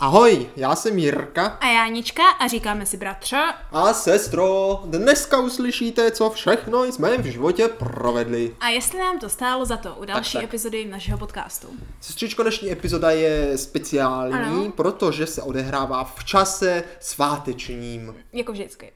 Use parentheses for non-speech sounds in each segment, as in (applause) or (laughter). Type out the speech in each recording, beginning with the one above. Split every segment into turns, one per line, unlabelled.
Ahoj, já jsem Jirka
A Jánička a říkáme si bratře.
a sestro. Dneska uslyšíte, co všechno jsme v životě provedli.
A jestli nám to stálo za to u další
tak.
tak, tak. epizody našeho podcastu.
Sestřičko, dnešní epizoda je speciální,
Ano.
protože se odehrává v čase
(laughs)
svátečním.
Jako vždycky.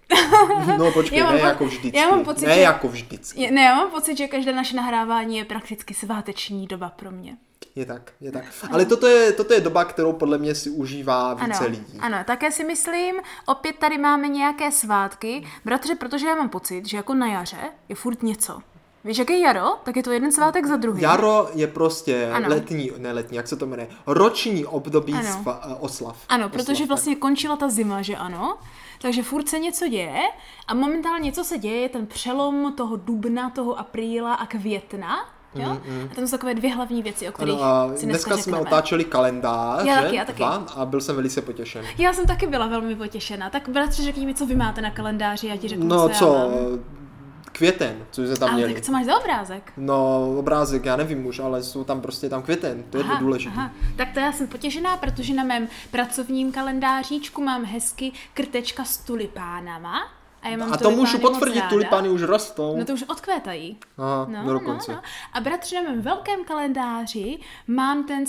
No počkej,
Já mám
ne
po-
jako vždycky.
já mám pocit,
ne
že-
jako vždycky.
Je, ne, já mám pocit, že každé naše nahrávání je prakticky sváteční doba pro mě.
Je tak, je tak. Ale toto je, toto je doba, kterou podle mě si užívá
Ano,
více lidí.
ano, také si myslím, opět tady máme nějaké svátky, bratře, protože já mám pocit, že jako na jaře je furt něco. Víš, jak je jaro, tak je to jeden svátek za druhý.
Jaro je prostě
Ano.
letní, ne letní, jak se to jmenuje, roční období
Ano.
sva, eh, oslav.
Ano,
Oslav,
protože
tak.
vlastně končila ta zima, že ano? Takže furt se něco děje a momentálně co se děje je ten přelom toho dubna, toho apríla a května. Jo? A tam jsou takové dvě hlavní věci, o kterých
Mm, Ano, a
si dneska,
dneska jsme
řekneme.
otáčeli kalendář
Já
že?
taky, já taky.
Dva, a byl jsem velice potěšen.
Já jsem taky byla velmi potěšena. Tak bratře, řekni mi, co vy máte na kalendáři, já ti řeknu,
No
jako co, já
co,
mám.
květen, co jsme tam
Ale
měli.
tak co máš za obrázek?
No, obrázek, já nevím už, ale jsou tam prostě tam květen, to je to důležité.
aha. Tak to já jsem potěšená, protože na mém pracovním kalendáříčku mám hezky krtečka s tulipánama. A, já mám
A to můžu
tulipány moc
potvrdit,
ráda.
tulipány už rostou.
No to už odkvétají.
Aha, no, dokonce.
A bratře, na mém velkém kalendáři mám ten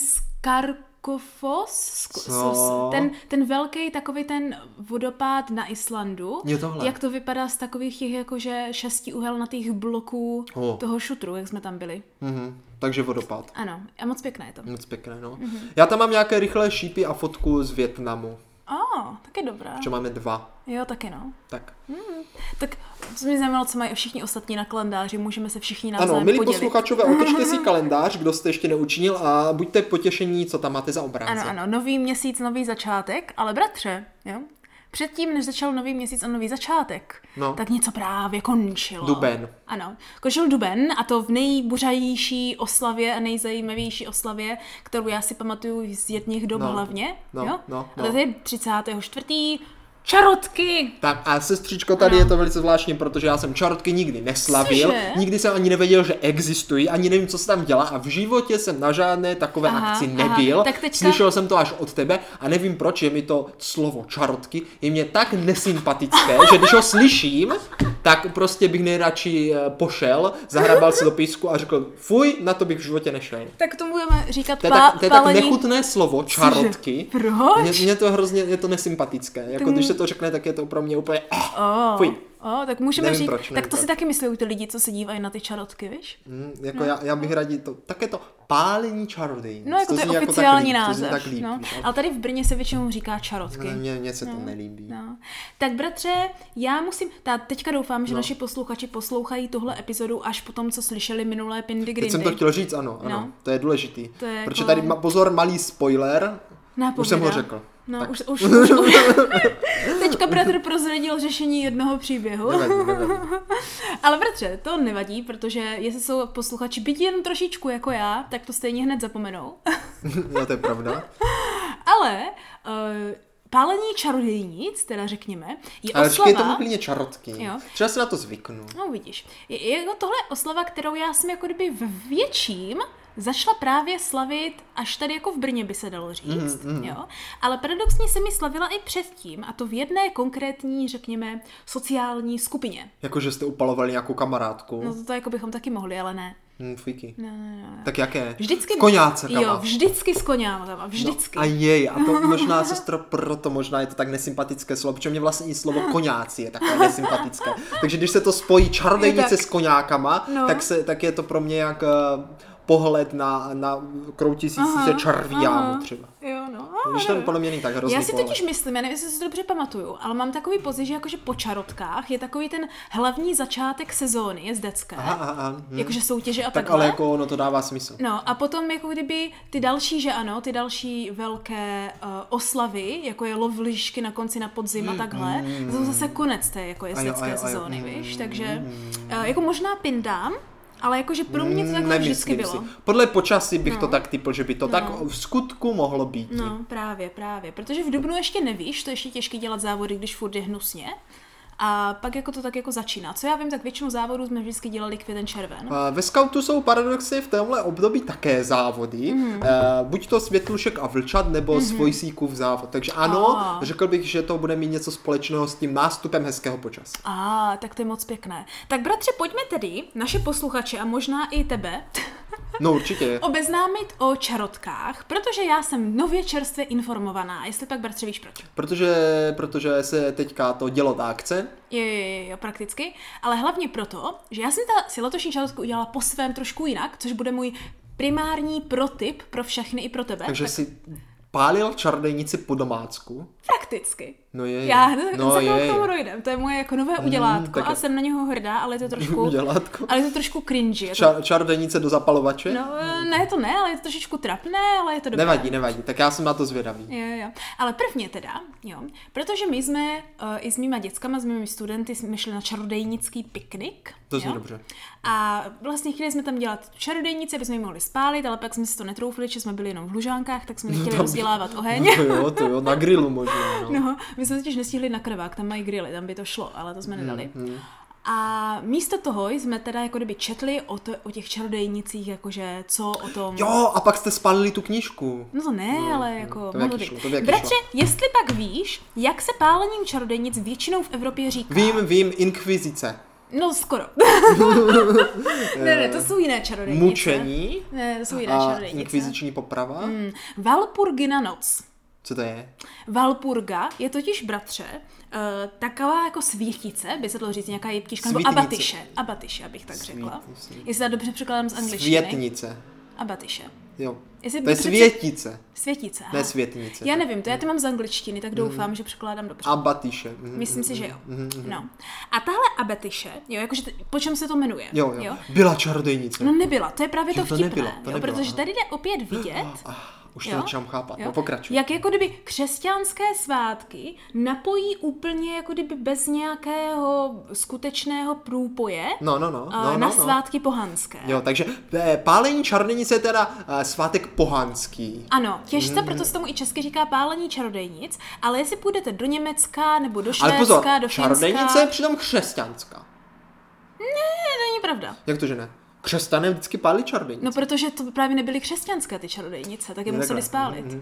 skarkofos, sk-
Co?
s- ten, ten velký takový ten vodopád na Islandu.
Jo, tohle.
Jak to vypadá z takových těch jako jakože šestiuhelnatých bloků
O.
toho šutru, jak jsme tam byli.
Mhm, takže vodopád.
Ano, a moc pěkné je to.
Moc pěkné, no.
Mhm.
Já tam mám nějaké rychlé šípy a fotku z Větnamu,
A, oh, tak je dobrá.
že máme dva.
Jo, taky no.
Tak.
Tak co mě zajímalo, co mají všichni ostatní na kalendáři, můžeme se všichni navzájem
Ano, milí
podělit.
posluchačové, otočte
(laughs)
si kalendář, kdo jste ještě neučinil a buďte potěšení, co tam máte za obrázek.
Ano, ano, nový měsíc, nový začátek, ale bratře, jo? Předtím, než začal nový měsíc a nový začátek,
No.
tak něco právě končilo.
Duben.
Ano, končil Duben a to v nejbuřavější oslavě a nejzajímavější oslavě, kterou já si pamatuju z jedných dob
No.
hlavně.
No,
jo?
no,
Ale
no.
to je 34. Čarotky!
Tak a sestřičko, tady
Ano.
je to velice zvláštní, protože já jsem čarotky nikdy neslavil,
Cože?
nikdy jsem ani nevěděl, že existují, ani nevím, co se tam dělá a v životě jsem na žádné takové
Aha,
akci
aha.
nebyl.
Tak teďka-
Slyšel jsem to až od tebe a nevím, proč je mi to slovo čarotky, je mě tak nesympatické, že když ho slyším, tak prostě bych nejradši eh, pošel, zahrabal se do písku a řekl, fuj, na to bych v životě nešel.
Tak tomu budeme říkat
To je,
pá-
tak, to je tak
pálení...
nechutné slovo, čarotky.
Proč?
Mně, mně to hrozně, je to nesympatické. Jako když se to řekne, tak je to pro mě úplně... eh.
Oh,
Fuj.
Oh, tak můžeme
Nevím
říct,
proč,
tak
nevím
to
proč.
si taky myslí ty lidi, co se dívají na ty čarotky, víš?
Mm, jako já, já bych radil to, také to pálení čarodějnic.
No jako to,
zní
je
tak líp,
oficiální
To
název.
zní tak líp,
no.
víš, ale
Ale tady v Brně se většinou říká čarotky.
ale mně, mně se to nelíbí.
No. Tak bratře, já musím, ta, teďka doufám, že no. naši posluchači poslouchají tuhle epizodu až po tom, co slyšeli minulé Pindy
Teď
Grindy.
jsem to chtěl říct, ano, ano,
No.
to je důležitý.
To je
protože
jako-
tady, ma, pozor, malý spoiler,
Napověda.
už jsem ho řekl.
No,
Tak.
už,
(laughs)
už, už, už. Teďka bratr prozradil řešení jednoho příběhu.
Nevadí, (laughs) nevadí.
Ale bratře, to nevadí, protože jestli jsou posluchači byť jen trošičku jako já, tak to stejně hned zapomenou. (laughs)
no, to je pravda.
Ale uh, pálení čarodějnic, teda řekněme, je
Ale
oslava...
říkej tomu klidně čarotky.
Jo.
Třeba se na to zvyknu.
No vidíš, je, je jako tohle oslava, kterou já jsem jako kdyby v větším začala právě slavit až tady jako v Brně by se dalo říct,
Mhm, mhm.
jo. Ale paradoxně se mi slavila i předtím a to v jedné konkrétní, řekněme, sociální skupině.
Jako, že jste upalovali nějakou kamarádku.
No to, to jako bychom taky mohli, ale ne.
Hm, fíky.
Ne, ne, ne, ne.
Tak jaké?
Vždycky...
Koňáce,
Jo, vždycky s koňákama, vždycky.
No, a jej, a
(laughs)
to možná, sestro, proto možná je to tak nesympatické slovo, protože mě vlastně i
(laughs)
slovo koňáci je takové nesympatické. Takže když se to spojí
Je
čarodejnice
tak.
s koňákama, no.
No.
tak, se, tak je to pro mě jak eh, pohled na, na kroutící
Aha,
se červíámu
aha.
třeba.
Jo, no.
Když
no,
ten
no.
podle mě není tak hrozný
Já si
pohled.
totiž myslím, já nevím, jestli si to dobře pamatuju, ale mám takový pocit, že jakože po čarotkách je takový ten hlavní začátek sezóny, je zdecké.
Aha, aha, aha, hm.
Jakože soutěže a
Tak
takhle.
ale jako, no to dává smysl.
No a potom jako kdyby ty další, že ano, ty další velké uh, oslavy, jako je lovlišky na konci na podzim a
Hmm,
takhle, to jsou zase konec té jako
A jo, a
jezdecké
jo, a jo.
sezóny, víš,
Hmm.
takže uh, jako možná pindám, ale jakože pro mě to takhle
Nemyslím
vždycky bylo.
Hmm, Si. Podle počasí bych to tak typl, že by to tak v skutku mohlo být.
No, právě, právě. Protože v Dubnu ještě nevíš, to ještě je těžké dělat závody, když furt je hnusně. A pak jako to tak jako začíná. Co já vím, tak většinu závodů jsme vždycky dělali květen červen.
A Ve scoutu jsou paradoxně v tomhle období také závody,
Mhm.
mm. buď to světlušek a vlčat, nebo mm. svojsíkův závod. Takže ano,
A.
řekl bych, že to bude mít něco společného s tím nástupem hezkého počasí.
A, tak to je moc pěkné. Tak bratře, pojďme tedy naše posluchače a možná i tebe (laughs)
No určitě.
obeznámit (laughs) o čarotkách, protože já jsem nově čerstvě informovaná, jestli pak bratře víš proč.
Protože, protože se teďka to dělo ta akce.
Jo, jo, jo, jo, prakticky, ale hlavně proto, že já jsem ta si letošní čarotku udělala po svém trošku jinak, což bude můj primární protip pro všechny i pro tebe.
Takže si pálil čarodejnici po domácku.
Prakticky.
No je.
Já hned
no
no,
(laughs)
k tomu dojdem, to je moje jako nové udělátko
tak-
a jsem na něho hrdá, ale (laughs) je to trošku,
Udělátko.
ale je to trošku cringy. Je to,
Ča- čarodejnice do zapalovače?
no, ne, to ne, ale je to trošičku trapné, ale je to dobré.
Nevadí, nevadí, tak já jsem na to zvědavý.
Jo, jo. Ale prvně teda, jo, protože my jsme uh, i s mýma dětskama, s mými studenty jsme šli na čarodejnický piknik.
To zní
jo. (laughs)
dobře.
A vlastně chtěli jsme tam dělat čarodejnice, aby jsme ji mohli spálit, ale pak jsme si to netroufli, že jsme byli jenom v Lužánkách, tak jsme nechtěli
No, tam-
rozdělávat oheň.
To jo, to jo, na grilu možná. No.
No, my jsme totiž nestihli na krvák, tam mají grily, tam by to šlo, ale to jsme
Mm,
nedali. A místo toho jsme teda jako kdyby četli o, to, o těch čarodejnicích, jakože co o tom...
Jo, a pak jste spálili tu knížku.
No to ne, ale jako
Hmm, to by
mohlo
jaký šlo,
být.
to by jaký
Bratře, jestli pak víš, jak se pálením čarodejnic většinou v Evropě říká?
Vím, vím, inkvizice. (laughs)
No skoro. ne, ne, to jsou jiné čarodejnice.
Eh, Mučení
Ne, to jsou jiné
a
čarodejnice.
inkviziční poprava.
Hmm. Valpurgina noc.
Co to je?
Valpurga je totiž, bratře, eh, taková jako světice, by se dalo říct, nějaká jeptiška, nebo
Světnice.
abatyše. Abatyše, abych tak řekla.
Svět- svět-
Jestli já dobře překládám z angličtiny.
Světnice.
Abatyše.
Jo.
Jestli
To je
dobře
světice, Hmm.
před- Světice. aha.
ne světnice.
Já nevím, to já to mám z angličtiny, tak doufám, že překládám dobře.
Abatyše. mhm.
Myslím si, že jo. No. A tahle abetyše, jo, jakože t- po čem se to jmenuje?
Jo, jo. Byla čarodejnice.
No nebyla, to je právě to
to
vtipné,
nebyla, to
jo,
nebyla,
protože
aha.
tady jde opět vidět,
Ah, (gasps) už to
no. jo,
začám chápat.
jo,
No pokračuj.
jak jako kdyby křesťanské svátky napojí úplně jako kdyby bez nějakého skutečného průpoje
No, no, no.
eh,
no,
na
no, no.
svátky pohanské.
Jo, takže eh, pálení čarodejnice je teda eh, svátek pohanský.
Ano,
Mhm.
těžce, proto se tomu i česky říká pálení čarodejnic, ale jestli půjdete do Německa nebo do Švédska,
Ale pozor,
do Finska...
čarodejnice je přitom křesťanská.
Ne, to není pravda.
Jak to, že ne? Křesťané vždycky pálí čarodejnice.
No, protože to právě nebyly křesťanské ty čarodejnice, tak je
No, takhle. Mhm,
museli spálit.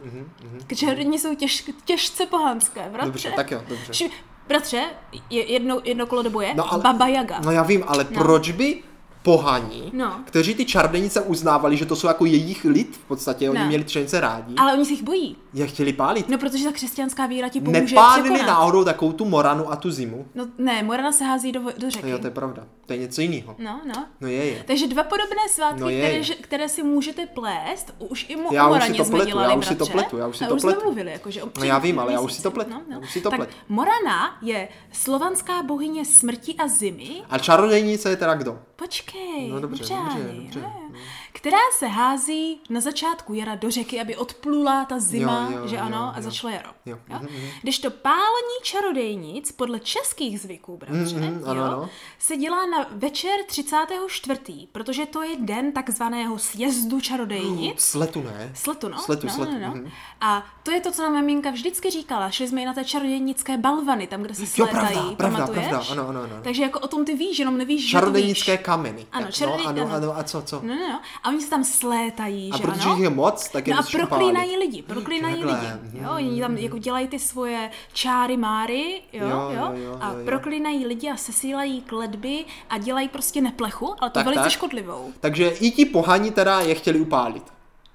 Čarodejnice jsou těž, těžce pohanské, bratře.
Dobře, tak jo, dobře.
Či, bratře, je, jedno, jedno kolo do boje,
No, ale-
Baba Jaga.
No já vím, ale proč by pohaní,
No.
kteří ty čarodejnice uznávali, že to jsou jako jejich lid v podstatě, oni
Ne.
měli černice rádi,
Ale oni se jich bojí.
je chtěli pálit.
No, protože ta křesťanská víra ti pomůže
Nepálili
překonat.
náhodou takovou tu moranu a tu zimu.
No ne, Morana se hází do, do řeky.
No, Jo, to je pravda. To je něco jiného.
No, no.
No je, je.
Takže dva podobné svátky,
No
no
je.
které, že- které si můžete plést, už i mu
Já
o
už si
Moraně
to
jsme
pletu,
dělali,
já už si to
bratře.
pletu, já už si
A
to
už jsme
pletu.
mluvili, jakože o
No já vím, ale já už
měsíci.
si to pletu,
No, no.
já už si to
tak
pletu.
Morana je slovanská bohyně smrti a zimy,
A čarodejnice je teda kdo?
Počkej,
No dobře,
Ani,
dobře, dobře, No.
ne? která se hází na začátku jara do řeky, aby odplula ta zima,
Jo, jo,
že ano,
jo,
a
jo.
začalo jaro.
Jo, mhm,
Když to pálení čarodejnic podle českých zvyků, bratře,
mhm, ano,
jo,
ano.
se dělá na večer 34., protože to je den takzvaného sjezdu čarodejnic.
Sletu ne?
Sletu, no?
Mm. Sletu,
no,
sletu.
No, no.
mhm.
A to je to, co nám maminka vždycky říkala. Šli jsme i na té čarodějnické balvany, tam, kde se
Jo,
slétají,
pravda, pravda,
pamatuješ?
pravda, ano, ano, ano.
Takže jako o tom ty víš, jenom nevíš, že to víš.
Čarodejnické kameny.
Ano,
Tak,
čarodej-
no, ano,
ano.
ano, a co, co?
No, no, no. A oni se tam slétají,
A
že
protože
ano?
jich je moc, tak je
No a
musíš
proklínají
upálit.
lidi, proklínají
Takhle,
lidi. Jo, oni tam jako dělají ty svoje čáry máry,
Jo,
jo, jo,
jo, jo,
a
jo, jo.
proklínají lidi a sesílají kletby a dělají prostě neplechu, ale to
Tak,
velice
tak.
škodlivou.
Takže i ti pohani teda je chtěli upálit.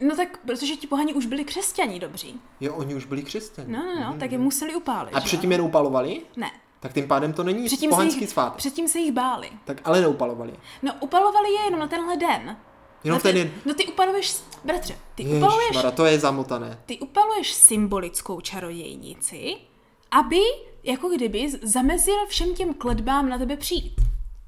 No tak, protože ti pohani už byli křesťaní dobří.
Jo, oni už byli křesťané.
No, no, no, tak je museli upálit.
Mhm, A
že
předtím
jo?
je neupalovali?
Ne.
Tak tím pádem to není
Předtím se,
pohanský
jich,
svátek.
předtím se jich báli.
Tak ale neupalovali. je.
No, upalovali je jenom na tenhle den.
Jenom
na
ten
ten-
den.
No ty upaluješ, bratře, ty upaluješ
Ježišmarja, to je zamotané.
ty upaluješ symbolickou čarodějnici, aby jako kdyby z- zamezil všem těm kledbám na tebe přijít.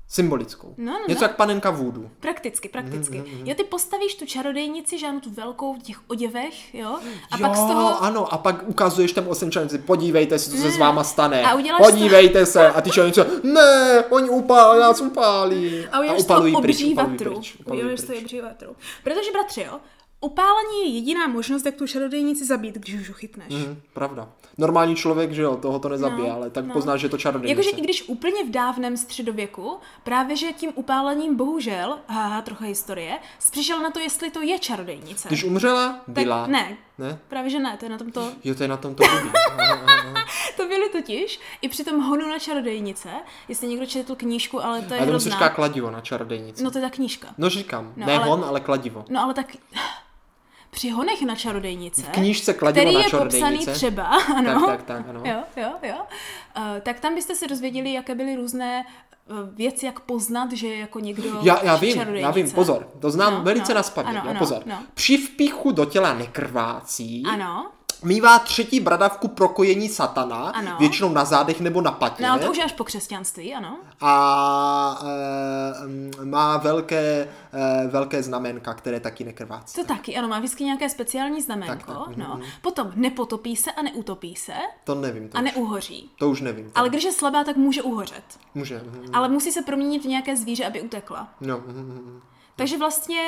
Symbolickou.
No, no,
Něco
no.
jak panenka vůdu.
Prakticky, prakticky.
Mm,
Jo, ty postavíš tu čarodějnici, že ano, tu velkou v těch oděvech, jo? A
jo,
pak z toho... Mm.
ano, a pak ukazuješ tam osm členci, podívejte se, co se s váma stane.
A uděláš
podívejte se. A ty členci, ne, oni upálí, nás upálí.
A uděláš z toho obří
upalují
vatru.
pryč, upalují
Uděláš z toho
pryč.
obří vatru. Protože, bratře, jo, opálení je jediná možnost, jak tu čarodějnici zabít, když už ho chytneš.
Mhm, pravda. Normální člověk, že jo, toho to nezabije,
No,
ale tak
no.
poznáš, že je to čarodějnice.
Jakože i když úplně v dávném středověku, právě že tím upálením bohužel, haha, trocha historie, přišel na to, jestli to je čarodějnice.
Když umřela, byla.
tak, ne,
ne?
právě že ne, to je na tom to
Jo, to je na tom to
(laughs)
blbý. Aha, aha, aha.
To byly totiž i při tom honu na čarodejnice, jestli někdo četl tu knížku, ale to je
A tomu se
hrozná.
říká kladivo na čarodejnici.
No to je ta knížka.
No říkám,
No,
ne
ale-
hon, ale kladivo.
No ale tak při honech na čarodejnice,
V knížce kladivo
který
na
je popsaný
čarodejnice.
třeba, ano,
Tak, no. tak, tak, ano.
jo, jo, jo, uh, tak tam byste se dozvěděli, jaké byly různé eh, věci, jak poznat, že je jako někdo
Já, já vím, já
čarodějnice.
vím, pozor, to znám
No,
velice
no,
na spaměť,
ano,
jo,
ano,
pozor.
no.
Při vpichu do těla nekrvácí,
Ano,
mývá třetí bradavku prokojení satana,
Ano.
většinou na zádech nebo na patě.
no ale to už je až po křesťanství, ano.
A e, má velké, e, velké znamenka, které taky nekrvácí.
To taky, ano, má vždycky nějaké speciální znamenko,
Tak, tak,
no. Potom nepotopí se a neutopí se
To nevím, to,
a
už,
neuhoří.
to už nevím. To
Ale když je slabá, tak může uhořet.
Může. mhm,
Ale musí se proměnit v nějaké zvíře, aby utekla.
No, mhm, mhm.
Takže vlastně,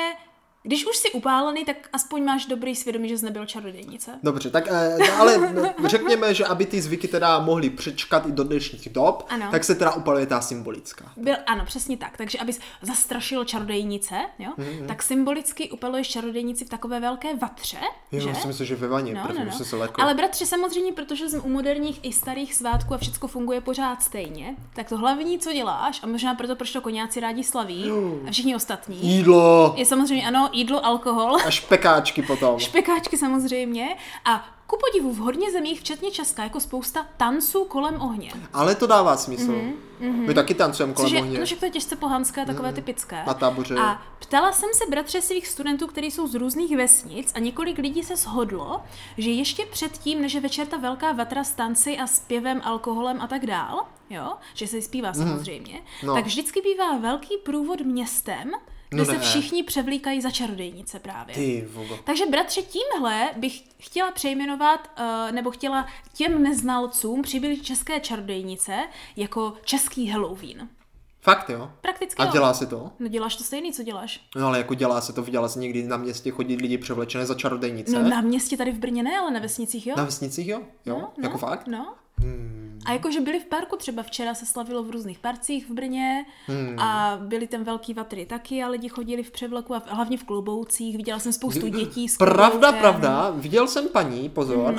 když už jsi upálený, tak aspoň máš dobrý svědomí, že jsi nebyl čarodějnice.
Dobře, tak eh, ale řekněme, že aby ty zvyky teda mohly přečkat i do dnešních dob,
Ano.
tak se teda upaluje ta symbolická.
Byl, ano, přesně tak. Takže abys zastrašil čarodejnice, jo,
Mhm,
mm-hmm. tak symbolicky upaluješ čarodějnici v takové velké vatře,
Jo,
že?
já si myslím, že ve vaně, no, protože no, no. jsem se lekl.
Ale bratře, samozřejmě, protože jsme u moderních i starých svátků a všechno funguje pořád stejně, tak to hlavní, co děláš, a možná proto, proč to koněci rádi slaví, a všichni ostatní,
Jídlo
je samozřejmě ano, jídlo, alkohol.
a špekáčky potom.
Špekáčky samozřejmě a ku podivu v hodně zemích, včetně Česka, jako spousta tanců kolem ohně.
Ale to dává smysl.
Mhm,
Mm-hmm. My taky tancujeme
Což
kolem
je,
ohně. Mm,
no, že to je těžce pohanské, takové typické.
Na táboře.
A ptala jsem se bratře svých studentů, kteří jsou z různých vesnic a několik lidí se shodlo, že ještě předtím, než je večer ta velká vatra s tanci a zpěvem, alkoholem a tak dál, jo, že se zpívá samozřejmě,
No.
tak vždycky bývá velký průvod městem, kde
No
se
ne.
všichni převlíkají za čarodějnice právě.
Ty vogo.
Takže bratře, tímhle bych chtěla přejmenovat, eh, nebo chtěla těm neznalcům přibyly české čarodejnice jako český Halloween.
Fakt jo?
Prakticky
A
jo.
dělá se to?
No děláš to stejný, co děláš?
No ale jako dělá se to, viděla jsi někdy na městě chodit lidi převlečené za čarodejnice?
No na městě tady v Brně ne, ale na vesnicích jo.
Na vesnicích jo? Jo?
no,
Jako fakt? Hmm.
No. A jakože byli v parku, třeba včera se slavilo v různých parcích v Brně
Hmm.
a byly tam velký vatry taky a lidi chodili v převleku a v, hlavně v kloboucích. Viděla jsem spoustu dětí s
Pravda,
kloboukem.
pravda. Viděl jsem paní, pozor,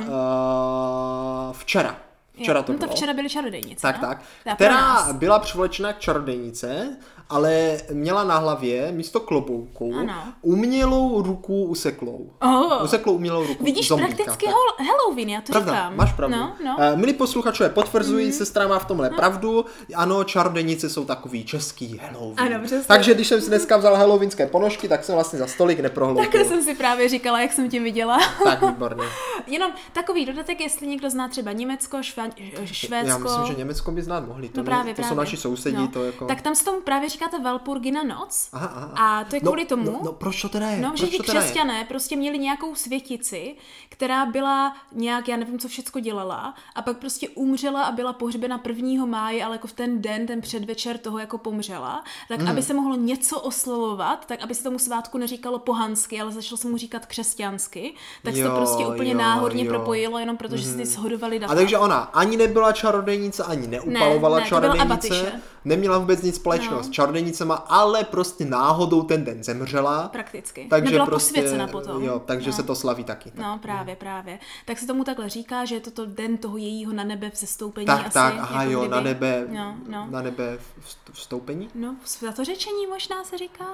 eh, včera. Včera
Mhm. Jo,
to
no to
bylo.
včera byly čarodějnice.
Tak,
no?
tak.
Teda pro
Která
nás.
byla přivlečena k čarodejnice, ale měla na hlavě místo klobouku
Ano.
umělou ruku useklou.
Oh.
Useklou umělou ruku
Vidíš,
zombíka.
prakticky
tak.
hol- Halloween, já to
Pravda,
říkám.
máš pravdu.
No, no. Mhm.
Eh, Milí posluchačové, potvrzují, sestra má v tomhle pravdu. Ano, čarodějnice jsou takový český Halloween.
Ano, přesně.
Takže když jsem si dneska vzal halloweenské ponožky, tak jsem vlastně za stolik neprohloubil.
Takhle jsem si právě říkala, jak jsem tě viděla. (laughs)
Tak, výborně.
Jenom takový dodatek, jestli někdo zná třeba Německo, Šva- eh, Švédsko.
Já myslím, že Německo by znát mohli. To,
No
my-
právě,
to
právě.
jsou naši sousedí,
no.
to jako...
Tak tam se tomu právě říká ta Valpurgina noc.
Aha, aha.
A to je kvůli
no,
tomu,
No, no, proč to teda je?
No,
proč
že ti
to teda je?
křesťané prostě měli nějakou světici, která byla nějak, já nevím, co všecko dělala, a pak prostě umřela a byla pohřbena 1. máje, ale jako v ten den, ten předvečer toho jako pomřela, tak
Hmm.
aby se mohlo něco oslovovat, tak aby se tomu svátku neříkalo pohansky, ale začalo se mu říkat křesťansky, tak se
Jo,
to prostě úplně
jo,
náhodně
jo. Hmm.
propojilo, jenom protože si shodovali data.
A takže ona ani nebyla čarodejnice, ani neupalovala
Ne, ne, to byla
čarodejnice,
abatyše.
neměla vůbec nic společného
No.
s čarodejnicema, ale prostě náhodou ten den zemřela.
Prakticky.
Takže
Nebyla
prostě,
posvěcena potom.
Jo, takže
No.
se to slaví taky. Tak,
No, právě, právě. Tak se tomu takhle říká, že je toto den toho jejího na nebe vzestoupení
tak,
asi.
tak aha
jako
jo,
kdyby.
na nebe,
No, no.
na nebe vst- vstoupení?
No, za to řečení možná se říká.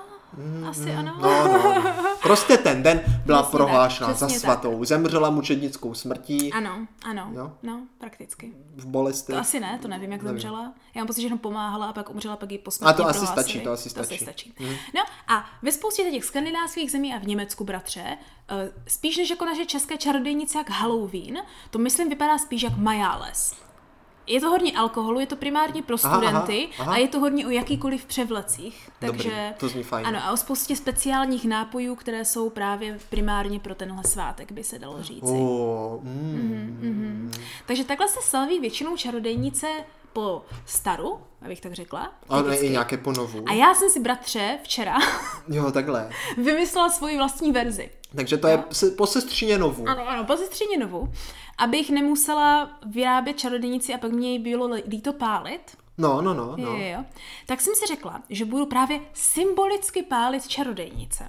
Asi ano.
No, no, no. Prostě ten den byla
Přesně tak,
prohlášena za
přesně tak.
svatou, zemřela mučednickou smrtí
(laughs) Ano, ano.
Jo?
No, prakticky.
v bolesti.
To asi ne, to nevím, jak zemřela. Já mám pocit, že jenom pomáhala a pak umřela, pak ji
A
posmrtně
to asi
prohlásili.
stačí, to asi
To
stačí. Mhm.
asi stačí. No a ve spoustě těch skandinávských zemí a v Německu, bratře, eh, spíš než jako naše české čarodějnice jak Halloween, to myslím vypadá spíš jak Majáles. Je to hodně alkoholu, je to primárně pro
aha,
studenty
aha.
a je to hodně o jakýkoliv převlecích. Takže
Dobrý, to zní fajn.
Ano, a o spoustě speciálních nápojů, které jsou právě primárně pro tenhle svátek, by se dalo říci.
Oh,
Mhm.
mm.
Takže takhle se slaví většinou čarodejnice po staru, abych tak řekla.
Ale
typicky.
i nějaké ponovu.
A já jsem si, bratře, včera (laughs)
Jo, takhle.
vymyslela svoji vlastní verzi.
Takže to je se- posestříněno vůň.
Ano, ano, po sestřeninovu. Abych nemusela vyrábět čarodějnici a pak mě jí bylo li- líto pálit.
No, no, no,
No.
no.
Jo, jo. Tak jsem si řekla, že budu právě symbolicky pálit čarodějnice.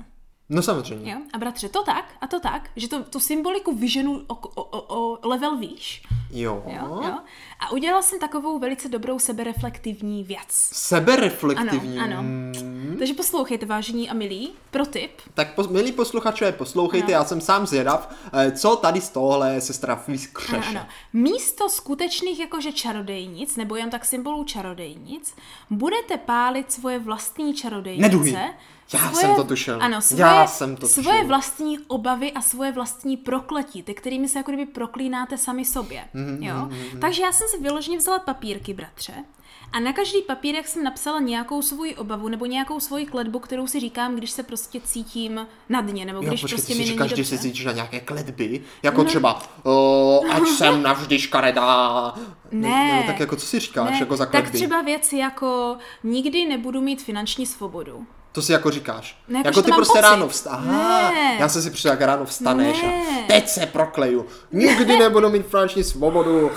No samozřejmě.
Jo? A bratře, to tak a to tak, že to, tu symboliku vyženu o, o, o, o level výš.
Jo.
Jo? Jo? A udělala jsem takovou velice dobrou sebereflektivní věc.
Sebereflektivní.
Ano, ano.
Mm.
Takže poslouchejte, vážení a milí, pro tip.
Tak pos- milí posluchače, poslouchejte, já jsem sám zvědav, eh, co tady z tohohle sestra vyskřeše.
Ano, ano. Místo skutečných jakože čarodejnic, nebo jen tak symbolů čarodejnic, budete pálit svoje vlastní čarodejnice.
Neduhy. Já jsem to tušil.
Ano, svoje,
Já jsem to
svoje
tušil.
vlastní obavy a svoje vlastní prokletí, ty, kterými se jako kdyby proklínáte sami sobě.
Mhm,
jo? Takže já jsem si vyloženě vzala papírky, bratře, a na každý papírek jsem napsala nějakou svoji obavu nebo nějakou svoji kletbu, kterou si říkám, když se prostě cítím na dně, nebo
Jo,
když
počkej, ty
prostě mi No.
si
není
říkáš,
dobře.
že si cítíš na nějaké kletby, jako třeba, o, ať jsem navždy škaredá.
Ne.
No, tak jako, co si říkáš,
Ne,
jako za kletby?
tak třeba věci jako nikdy nebudu mít finanční svobodu.
To si jako říkáš.
No, jako,
jako
že
ty
mám
prostě
pocit.
ráno vstáháš.
Ne.
Já jsem si přišel, jak ráno vstaneš
Ne.
a teď se prokleju. Nikdy nebudu mít finanční svobodu.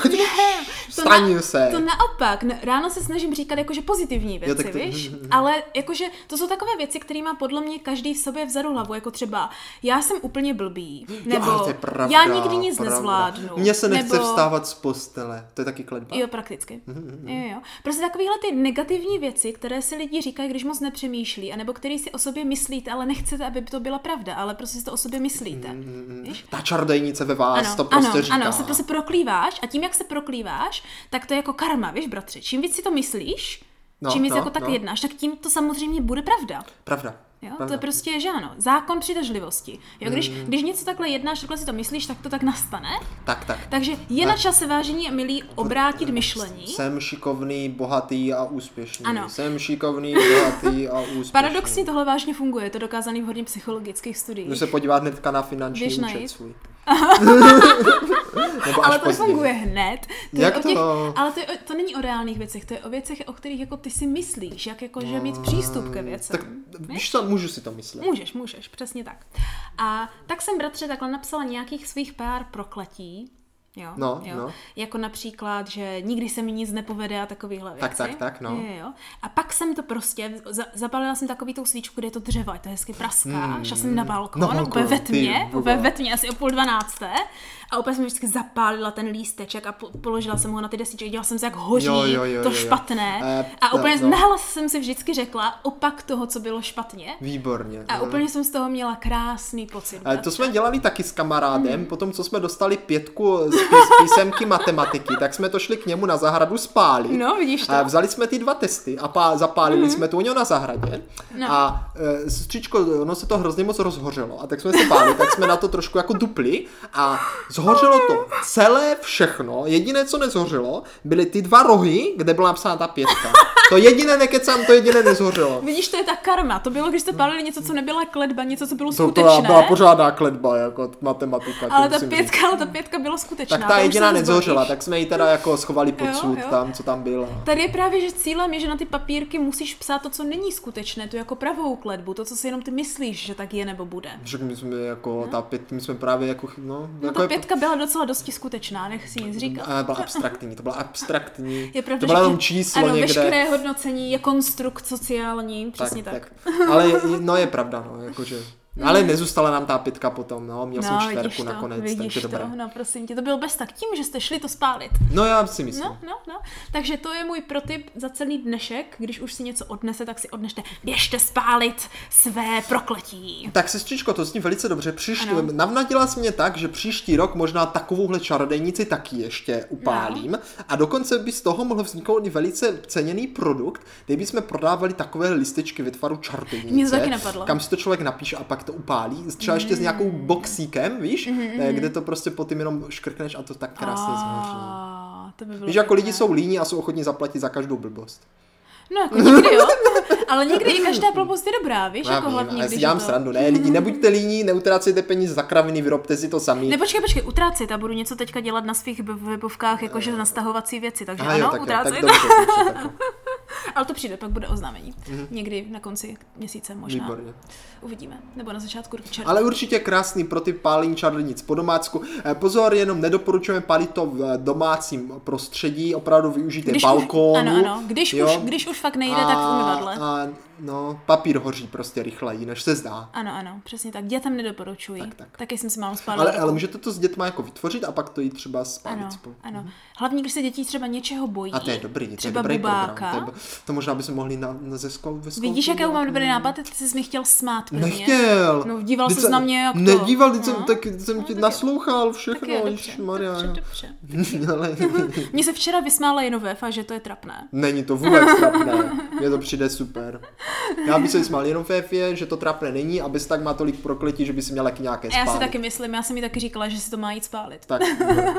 Staň
na-
se.
To naopak, n- ráno se snažím říkat jakože pozitivní věci,
tak
jo,
to- (laughs)
to... víš? Ale jakože to jsou takové věci, které má podle mě každý v sobě vzadu hlavu, jako třeba já jsem
(gasps)
úplně blbý, nebo
ale to je pravda,
já nikdy nic
pravda.
nezvládnu.
Mně se nechce
nebo...
vstávat Mhm, z postele. To je taky kletba. (laughs)
Jo, prakticky. Jo, jo. Prostě takovéhle ty negativní věci, které si lidi říkají, když moc nepřemýšlí, anebo který si o sobě myslíte, ale nechcete, aby to byla pravda, ale prostě si to o sobě myslíte.
Mhm.
Víš?
Mm, Ta čarodejnice ve vás to prostě
ano,
říká.
ano, se prostě proklíváš a tím, jak se proklíváš, tak to je jako karma, víš, bratře. Čím víc si to myslíš,
No,
no, čím víc
no,
jako tak
no.
jednáš, tak tím to samozřejmě bude pravda.
Pravda.
Jo?
pravda. Hmm.
To je prostě, že ano, zákon přitažlivosti. Jo? Když, když něco takhle jednáš, takhle si to myslíš, tak to tak nastane.
Tak, tak.
Takže je na čase, vážení a milí, obrátit myšlení.
Jsem šikovný, bohatý a úspěšný.
Ano.
Jsem šikovný, bohatý a úspěšný.
(laughs) Paradoxně tohle vážně funguje, je to dokázaný v hodně psychologických studiích.
Jdu se podívat hnedka na finanční
Jdeš
účet
najít? (laughs)
svůj. Nebo jako až
ale to
později.
nefunguje hned. To
Jak
je o
to
těch,
no?
Ale to, je, o- to není o reálných věcech, to je o věcech, o kterých jako ty si myslíš, jak jako, že mít přístup ke věcem.
Tak víš co, můžu si to myslet.
Můžeš, můžeš, přesně tak. A tak jsem, bratře, takhle napsala nějakých svých pár prokletí. Jo,
No,
jo.
no.
Jako například, že nikdy se mi nic nepovede a takovýhle věci.
Tak, tak, tak, no.
Jo, Jo, A pak jsem to prostě, za, zapalila jsem takový tou svíčku, kde je to dřevo, ať to hezky praská, mm, šla jsem na balkon,
Hmm. na balkon,
úplně ve
ty
tmě,
vole.
úplně ve tmě, asi o půl dvanácté. A úplně jsem vždycky zapálila ten lísteček a po, položila jsem ho na ty desičky, dělala jsem se jak hoří,
Jo, jo, jo,
to
jo, jo.
špatné.
Eh,
a úplně
no.
no. nahlas jsem si vždycky řekla opak toho, co bylo špatně.
Výborně.
A
no.
úplně jsem z toho měla krásný pocit.
Ale to jsme dělali taky s
Hmm.
kamarádem, potom co jsme dostali pětku z pís- písemky matematiky, tak jsme to šli k němu na zahradu spálit.
No, vidíš to.
A vzali jsme ty dva testy a pá- zapálili mm-hmm. jsme to u něho na zahradě. No.
Mhm. No.
A e, sestřičko, ono se to hrozně moc rozhořelo. A tak jsme se báli, tak jsme na to trošku jako dupli. A zhořelo to celé všechno. Jediné, co nezhořelo, byly ty dva rohy, kde byla napsána ta pětka. To jediné nekecám, to jediné nezhořelo.
Vidíš, to je ta karma. To bylo, když jste palili něco, co nebyla kletba, něco, co bylo
To, to
skutečné.
byla pořádná kletba, jako matematika. to
ale ta
musím říct.
pětka, ale ta pětka byla skutečná.
Tak
to
ta
už se
jediná
nezbavíš.
nedzořila, tak jsme ji teda jako schovali pod
Jo,
sud
jo.
tam, co tam byla.
Tady je právě, že cílem je, že na ty papírky musíš psát to, co není skutečné, tu jako pravou kletbu, to, co si jenom ty myslíš, že tak je nebo bude.
Že my jsme jako, ta pět, my jsme právě jako, no,
No
jako
ta pětka byla docela dosti skutečná, nech si nic říkat.
No, ale byla abstraktní, to byla abstraktní.
Je pravda,
to bylo
že
jenom
i-
číslo
ano,
někde.
veškeré hodnocení je konstrukt sociální, přesně tak. Mm.
Ale je- no je pravda, no, jakože. Ale nezůstala nám ta pětka potom, no, měl jsem čtverku nakonec,
vidíš
takže
to,
dobré.
no prosím tě, to byl bez tak tím, že jste šli to spálit.
No já si myslím.
No, no, no. Takže to je můj protip za celý dnešek. Když už si něco odnese, tak si odnešte. Běžte spálit své prokletí.
Tak sestřičko, to zní velice dobře. Příští,
Ano.
navnadila jsi mě tak, že příští rok možná takovouhle čarodejnici taky ještě upálím. No. A dokonce by z toho mohl vzniknout i velice ceněný produkt, kde bychom prodávali takové listečky ve tvaru čarodejnice.
Mě to taky napadlo. Mm.
Kam si to člověk napíše a pak to upálí. Třeba ještě s nějakou boxíkem, víš,
Mhm,
Eh, kde to prostě po tím jenom škrkneš a to tak krásně zhoří.
A, to by bylo
Víš, jako lidi
pěkné.
jsou líní a jsou ochotní zaplatit za každou blbost.
No jako
(laughs)
někdy jo, ale někdy i každá blbost je dobrá, víš,
No, Já
jako
vím,
hlavně
ale si
když
dělám
je to...
srandu, ne, lidi, nebuďte líní, neutrácejte peníze za kraviny, vyrobte si to sami.
Ne, počkej, počkej, utrácet a budu něco teďka dělat na svých web- webovkách, jakože na stahovací věci, takže
Eh, Aha,
ano,
jo, tak, jo, tak
utrácet.
dobře, dobře, tak jo.
Ale to přijde, pak bude oznámení. Někdy na konci měsíce (laughs) možná.
Mhm. Výborně.
Uvidíme. Nebo na začátku června.
Ale určitě krásný pro ty pálení čarodějnic po domácku. Eh, Pozor, jenom nedoporučujeme palit to v eh, domácím prostředí, opravdu využijte
Když už-
balkónu.
ano, ano. Když
jo.
už- když už fakt nejde, tak v umyvadle.
A, no, papír hoří prostě rychleji, než se zdá.
Ano, ano, přesně tak. Dětem nedoporučuji. Tak,
tak.
Taky jsem si málo spálila.
Ale,
ruku.
ale můžete to s dětma jako vytvořit a pak to jít třeba spálit
ano,
spolu. Mhm.
ano. Hlavně, když se děti třeba něčeho bojí.
A to je dobrý, to je
třeba
dobrý
bubáka.
program. To, je, to možná bychom mohli na, na ze skou, ve
Vidíš,
skou-
jak já mám dobrý nápad? Ty jsi mi chtěl smát prvně.
Nechtěl.
No, díval
Vždyť
ses
jsem-
na mě, jak to.
Nedíval, teď jsem,
No.
tak, jsem ti
tak jo.
naslouchal
Tak
všechno.
jo, dobře,
ježišmarja.
dobře,
(laughs)
dobře. (laughs)
Ale
Mně se včera vysmála Jenovéf a že to je trapné.
není to vůbec trapné. Mně to přijde super. Já bych se smál jenom Féfě, že to trapné není, abys tak má tolik prokletí, že by si měla k nějaké
A
spálit.
já si taky myslím, já jsem mi taky říkala, že si to má jít spálit.
Tak, no.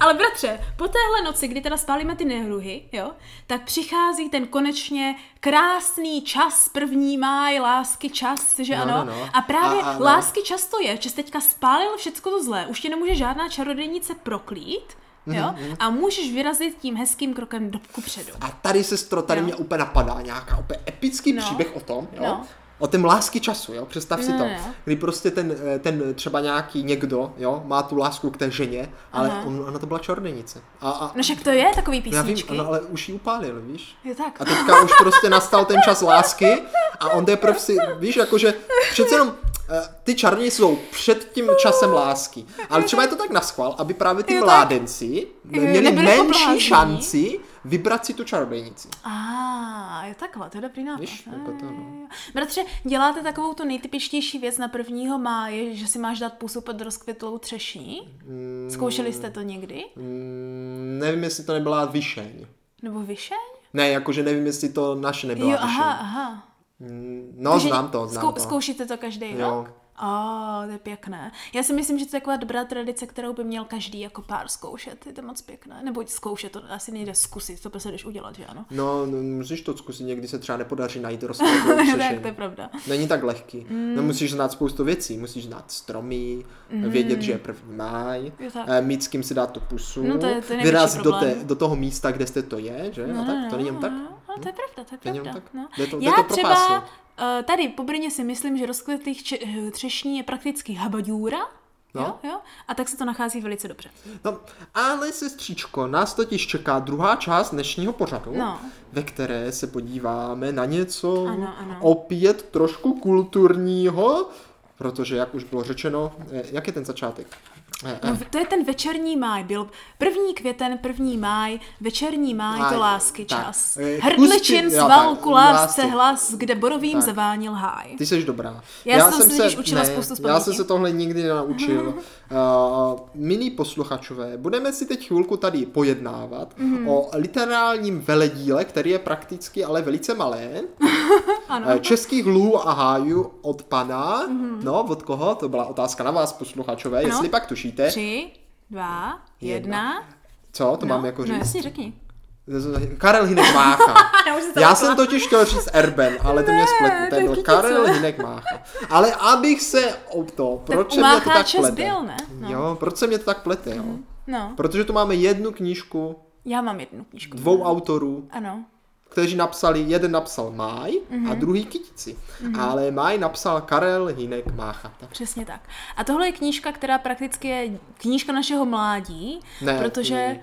Ale bratře, po téhle noci, kdy teda spálíme ty nehruhy, jo, tak přichází ten konečně krásný čas, první máj, lásky čas, že
No,
ano?
no, no.
A právě
A- a- no.
lásky čas to je, že jsi teďka spálil všecko to zlé, už tě nemůže žádná čarodějnice proklít, jo,
Mhm,
a můžeš vyrazit tím hezkým krokem do kupředu.
a tady, sestro, tady
No.
mě úplně napadá nějaká úplně epický
No.
příběh o tom, jo?
No.
O tom lásky času, jo? Představ si
No,
to.
no, no.
Kdy prostě ten, eh, ten třeba nějaký někdo, jo, má tu lásku k té ženě, ale
Aha.
on, ona to byla čordenice. A, a,
No však to je takový
já vím,
písničky.
ano, ale už ji upálil, víš?
Je tak.
A teďka už prostě nastal ten čas lásky a on teprve si, víš, jakože přece jenom eh, ty čarní jsou před tím časem lásky. Ale třeba je to tak naschval, aby právě ty
Jo, tak.
mládenci měli
nebyli
menší
poblázni.
šanci vybrat si tu čarodějnici.
A je takhle, to je dobrý nápad.
Víš, jako to, no.
Bratře, děláte takovou tu nejtypičtější věc na 1. máje, že si máš dát pusu pod rozkvětlou třešní? Zkoušeli jste to někdy?
Mm, nevím, jestli to nebyla vyšeň.
Nebo vyšeň?
Ne, jakože nevím, jestli to naše nebyla
jo,
vyšeň.
aha, aha.
Mm, No,
Takže
znám to, znám
zkou-
to.
Zkoušíte to každý
Jo.
rok? A to je pěkné. Já si myslím, že to je taková dobrá tradice, kterou by měl každý jako pár zkoušet. Je to moc pěkné. Nebo zkoušet, to asi nejde zkusit, to prostě jdeš udělat, že ano?
No, no, musíš to zkusit, někdy se třeba nepodaří najít
(laughs)
rozkladnou
tak to je pravda.
Není tak lehký. Mm. No, musíš znát spoustu věcí. Musíš znát stromy, mm. vědět, že je první máj,
Jo, tak.
eh, mít s kým si dát tu pusu,
No, to je- to je největší
vyrazit do, té,
problém.
do toho místa, kde jste to je, že? No, a tak, to není jen tak. Hm?
No, no, to je pravda, to je
Není jen
pravda.
tak.
No.
Jde to- jde
Já
to
třeba
propásnout.
eh, tady po Brně si myslím, že rozkvětlých če- eh, třešní je prakticky habadůra,
No.
jo, jo, a tak se to nachází velice dobře.
No, ale sestřičko, nás totiž čeká druhá část dnešního pořadu,
No.
ve které se podíváme na něco
Ano, ano.
opět trošku kulturního, protože, jak už bylo řečeno, eh, jak je ten začátek? Eh, eh,
No, v- to je ten večerní máj, byl první květen, první máj, večerní máj,
Máj,
to lásky
tak.
čas.
Eh,
Hrdličin
pustit- jo,
svalku
tak,
lásce
lásce.
hlas, kde borovým
Tak.
zavánil háj.
Ty jsi dobrá.
Já jsem se totiž učila spoustu z
Já
paměti.
jsem se tohle nikdy
(laughs)
nenaučil. Uh, milí posluchačové, budeme si teď chvilku tady pojednávat
Mhm.
o literálním veledíle, který je prakticky ale velice malé.
(laughs) Ano. Mhm.
Eh, Českých lhů a hájů od pana. No, od koho? To byla otázka na vás, posluchačové, jestli pak tušíte.
Tři, dva, jedna.
Co? To
No,
mám jako
no
říct.
jasně, řekni.
Karel Hinek
(laughs)
Mácha.
Já už jsem to
Já
lekla.
jsem totiž chtěl říct Erben, ale to mě spletlo.
to je
Ten byl
kytice.
Karel Hinek Mácha. Ale abych se o to, proč
u
se mě to
Mácha
tak Hm.
čas
plete?
byl, ne? No.
Jo, proč se mě to tak plete, jo?
No,
Protože tu máme jednu knížku
já mám jednu knížku.
dvou autorů,
Ano.
kteří napsali, jeden napsal Máj a
Mhm.
druhý Kytici. Ale Máj napsal Karel Hinek Mácha. Tak.
Přesně tak. A tohle je knížka, která prakticky je knížka našeho mládí,
Ne,
protože...
mm.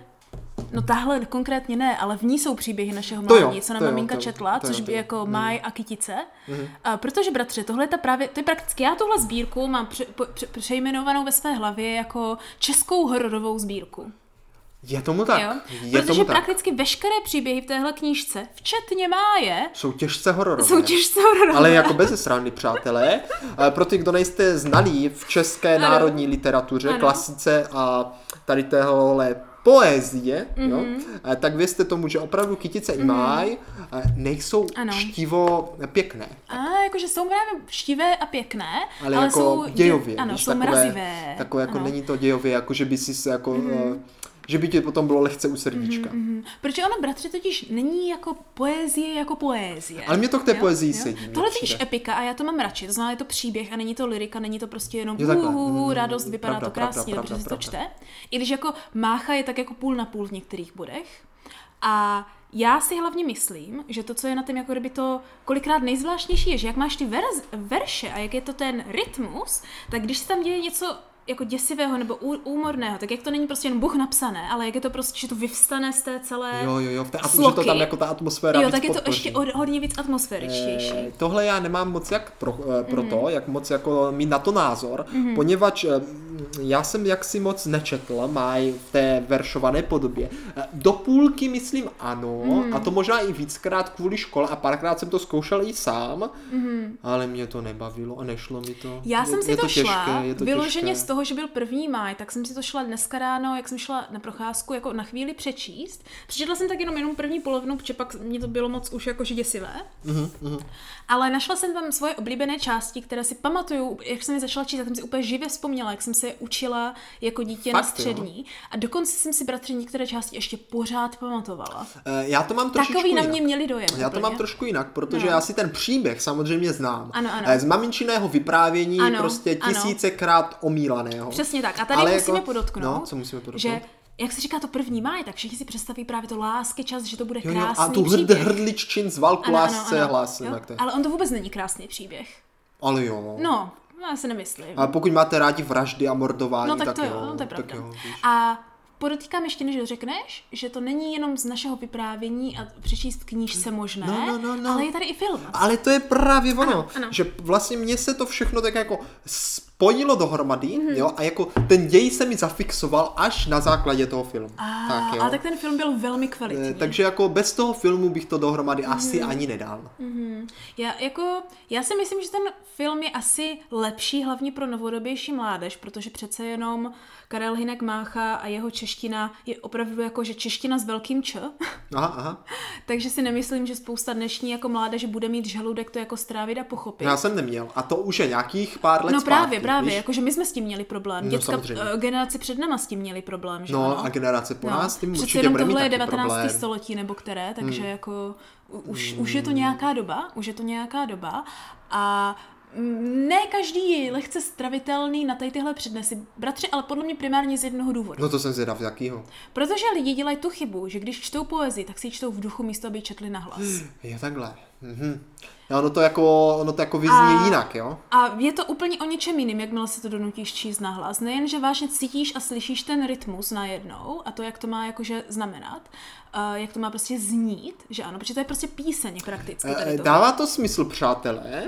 No tahle konkrétně ne, ale v ní jsou příběhy našeho
To jo,
mládí, co nám
to jo,
maminka
to-
četla,
to jo,
což
to
by
jo. Mhm.
jako Máj a Kytice. A protože, bratře, tohle je ta právě, to je prakticky, já tuhle sbírku mám pře, po- pře, přejmenovanou ve své hlavě jako českou hororovou sbírku.
Je tomu tak.
jo?
Je
protože
tomu tak.
prakticky veškeré příběhy v téhle knížce, včetně Máje,
Jsou těžce hororové.
jsou těžce hororové.
Ale jako bez srandy, přátelé. Eh, Pro ty, kdo nejste znalí v české
Ano.
národní literatuře,
Ano.
klasice a tady téhle poezie, jo,
Mhm.
eh, tak vězte tomu, že opravdu kytice i máj eh, nejsou
Ano.
štivo pěkné.
A jakože jsou právě štivé a pěkné,
Ale, ale jako
jsou
dějově.
Ano,
víš,
jsou
takové,
mrazivé.
Takové jako
ano.
není to dějově, jako že by si se jako... Mm. že by ti potom bylo lehce u srdíčka.
Mhm. Protože ona, bratře, totiž není jako poezie jako poezie.
Ale mě to k té poezii sedí, mně
Tohle je
přijde.
totiž epika a já to mám radši. To znamená, je to příběh a není to lyrika, není to prostě jenom
Jo, takhle.
uhu,
Mm,
radost, vypadá
pravda,
to krásně,
pravda,
dobře se to
pravda,
čte. I když jako mácha je tak jako půl na půl v některých bodech. A já si hlavně myslím, že to, co je na tom jako kdyby to kolikrát nejzvláštnější, je, že jak máš ty verz, verše a jak je to ten rytmus, tak když se tam děje něco jako děsivého nebo ú- úmorného, tak jak to není prostě jen Bůh napsané, ale jak je to prostě, že to vyvstane z té celé
Jo, jo, jo, v té, a že
mhm. sloky.
to tam jako ta atmosféra
Jo,
víc
tak je to
podpoří.
ještě o, hodně víc atmosféričtější.
Eh, Tohle já nemám moc jak pro, eh, pro to,
Mhm.
jak moc jako mít na to názor, poněvadž eh, já jsem jaksi moc nečetl maj v té veršované podobě. Eh, Do půlky myslím ano,
Mhm.
a to možná i víckrát kvůli škole a párkrát jsem to zkoušel i sám, ale mě to nebavilo a nešlo mi to.
Mhm. Já jsem
je,
si
je
to, šla
těžké, je to
vyloženě
těžké.
z toho, že byl první máj, tak jsem si to šla dneska ráno, jak jsem šla na procházku, jako na chvíli přečíst. Přečetla jsem tak jenom jenom první polovinu, protože pak mě to bylo moc už jakože děsivé.
Mhm,
Ale našla jsem tam svoje oblíbené části, které si pamatuju, jak jsem je začala číst, tak jsem si úplně živě vzpomněla, jak jsem se je učila jako dítě na
Fakt, jo?
střední. A dokonce jsem si bratře některé části ještě pořád pamatovala.
Eh, Já to mám trošičku
Takový na
jinak.
mě měli dojem.
Já to
úplně.
mám trošku jinak, protože
No.
já si ten příběh samozřejmě znám.
Ano, ano.
Eh, Z maminčiného vyprávění
Ano,
prostě
ano.
tisícekrát omílaného.
Přesně tak. A tady
Ale
musíme
jako-
podotknout,
no, co musíme podotknout?
že jak se říká to první máj, tak všichni si představí právě to lásky čas, že to bude
Jo,
krásný
jo, a tu hrd,
příběh.
hrdliččin z valku
Ano, ano,
lásce
ano.
hlásí.
Jo,
jinak to je.
Ale on to vůbec není krásný příběh.
Ale jo.
No, já si nemyslím.
A pokud máte rádi vraždy a mordování,
no tak,
tak
to
jo.
jo, to je
tak
pravda.
jo, víš.
a podotýkám ještě, než řekneš, že to není jenom z našeho vyprávění a přečíst knížce možné,
No, no, no, no.
ale je tady i film.
Ale to je právě ono,
Ano, ano.
že vlastně mně se to všechno tak jako spojilo dohromady,
Mhm.
jo, a jako ten děj se mi zafixoval až na základě toho filmu.
A, ale tak ten film byl velmi kvalitní.
Eh, Takže jako bez toho filmu bych to dohromady
Mhm.
asi ani nedal.
Já, jako, já si myslím, že ten film je asi lepší hlavně pro novodobější mládež, protože přece jenom Karel Hinek Mácha a jeho čeština je opravdu jako, že čeština s velkým č. (laughs)
Aha, aha.
Takže si nemyslím, že spousta dnešní jako mládeže bude mít žaludek to jako strávit a pochopit.
Já jsem neměl. A to už je nějakých pár let
No
No, zpátky,
právě, právě,
víš?
jakože my jsme s tím měli problém.
No,
Děcka
samozřejmě.
eh, generace před náma s tím měli problém, že ano?
No a generace po nás, tím
Přece
určitě
jenom
bude mít
tohle je
taky
19.
problém. Hmm.
století nebo které, takže jako u- už, už je to nějaká doba, už je to nějaká doba a mm, ne každý je lehce stravitelný na tady tyhle přednesy. Bratři, ale podle mě primárně z jednoho důvodu.
No to jsem zvědav, jakýho.
Protože lidi dělají tu chybu, že když čtou poezii, tak si ji čtou v duchu místo, aby ji četli na hlas.
Je takhle. Mhm. No, ono to jako, ono to jako vyzní
A-
jinak, jo?
A je to úplně o něčem jiným, jakmile se to donutíš číst nahlas. Nejen, že vážně cítíš a slyšíš ten rytmus najednou a to, jak to má jakože znamenat, a jak to má prostě znít, že ano, protože to je prostě píseň prakticky.
Eh,
Tady to. Mhm.
Dává to smysl, přátelé,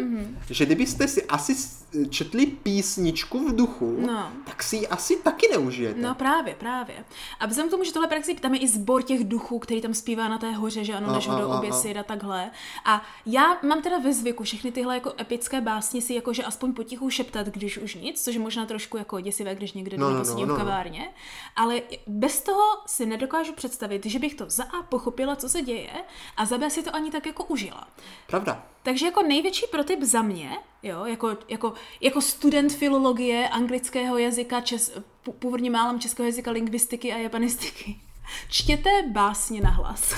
že kdybyste si asi s- četli písničku v duchu,
No.
tak si ji asi taky neužijete.
No právě, právě. A vzhledem k tomu, že tohle praxi, tam je i sbor těch duchů, který tam zpívá na té hoře, že ano,
A,
než
a,
ho do
a, a.
oběsit a takhle. A já mám teda ve zvyku všechny tyhle jako epické básně si jakože aspoň potichu šeptat, když už nic, což je možná trošku jako děsivé, když někde
No,
no,
no, no,
no, no,
no,
v
no.
kavárně. Ale bez toho si nedokážu představit, že bych to za A pochopila, co se děje, a za B si to ani tak jako užila.
Pravda.
Takže jako největší protip za mě, jo, jako, jako, jako student filologie, anglického jazyka, čes, pů- původně málem českého jazyka, lingvistiky a japanistiky, (laughs) čtěte básně na hlas.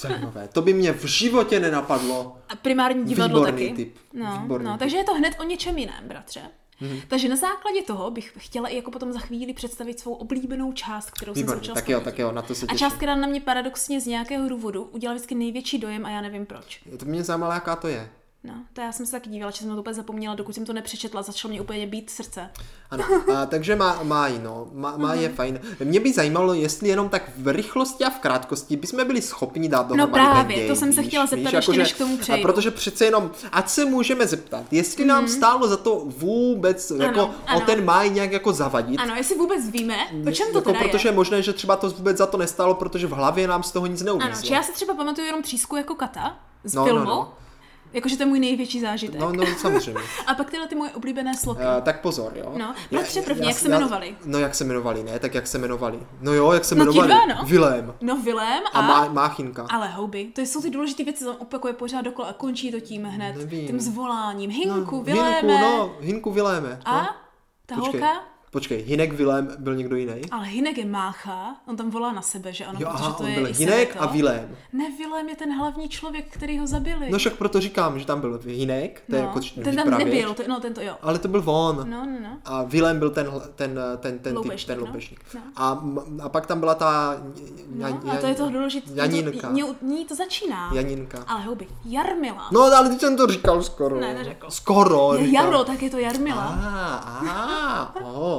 Zajímavé. To by mě v životě nenapadlo.
A primární divadlo
Výborný
taky.
tip,
No,
výborný Mhm.
no,
tip.
takže je to hned o něčem jiném, bratře. Mm-hmm. Takže na základě toho bych chtěla i jako potom za chvíli představit svou oblíbenou část, kterou jsem se
Výborně,
učila
tak jo,
z
tak jo, na to se
A
těším.
část, která na mě paradoxně z nějakého důvodu udělala vždycky největší dojem a já nevím proč.
To mě zajímalo, jaká to je.
No, to já jsem se taky dívala, že jsem na to úplně zapomněla, dokud jsem to nepřečetla, začalo mě úplně být srdce.
Ano, a, takže má, má no, má, má
Mhm.
je fajn. Mě by zajímalo, jestli jenom tak v rychlosti a v krátkosti bychom byli schopni dát dohromady
No právě,
ten děj,
to jsem se
víš,
chtěla zeptat ještě,
jakože-
než k tomu přejdu. Mhm.
A protože přece jenom, ať se můžeme zeptat, jestli nám stálo za to vůbec jako
ano.
o ten máj nějak jako zavadit.
Ano, jestli vůbec víme, o čem to
jako,
teda
protože
je.
je možné, že třeba to vůbec za to nestálo, protože v hlavě nám z toho nic neuvízlo.
Ano, či já si třeba pamatuju jenom třísku jako kata z
No, no,
filmu,
no.
jakože to je můj největší zážitek.
No, no,
(laughs)
samozřejmě.
A pak tyhle ty moje oblíbené sloky.
Uh, tak pozor, jo.
No,
Já-
bratře
já-
první,
já-
jak se
já-
jmenovali?
No, jak se jmenovali, ne, tak jak se jmenovali. No jo, jak se
No, ti
jmenovali.
dva, no.
Vilém.
No Vilém a,
A, má, Máchinka.
ale houby, to jsou ty důležité věci, co tam opakuje pořád dokola a končí to tím hned,
Nevím.
tím zvoláním. Hinku,
No,
Viléme
Hinku, no, Hinku Viléme.
a
No.
ta
Počkej.
holka,
Počkej, Hinek Vilém byl někdo jiný?
Ale Hinek je mácha, on tam volá na sebe, že ano,
Jo,
protože
aha,
to
on
je
byl
i
Hinek
sebeko.
a Vilém.
Ne, Vilém je ten hlavní člověk, který ho zabili.
No však proto říkám, že tam byl Hinek, to je jako čtyři
No, ten tam
vypravěč,
nebyl, to, no ten to jo.
Ale to byl on.
No, no, no.
A Vilém byl ten, hl- ten, ten, ten, typ,
Loupešník,
ten
no.
loupešník.
No.
A, m- a pak tam byla ta
No, a to je to důležité.
Janinka.
Ní, ní to začíná.
Janinka.
Ale houby, Jarmila.
No, ale teď jsem to říkal skoro.
Ne, neřekl.
Skoro.
je
říkal.
Jaro, tak je to Jarmila.
A, a, o.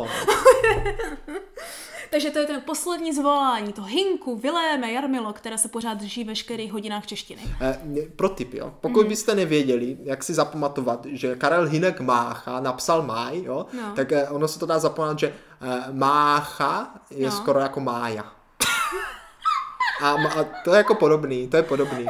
Takže to je ten poslední zvolání, to Hinku, Viléme, Jarmilo, které se pořád drží v veškerých hodinách češtiny.
Eh, mě- Pro tip, jo. Pokud
Mhm.
byste nevěděli, jak si zapamatovat, že Karel Hinek Mácha napsal Máj, jo,
No.
tak eh, ono se to dá zapamatovat, že eh, Mácha je
No.
skoro jako Mája. A, ma- a to je jako podobný, to je podobný.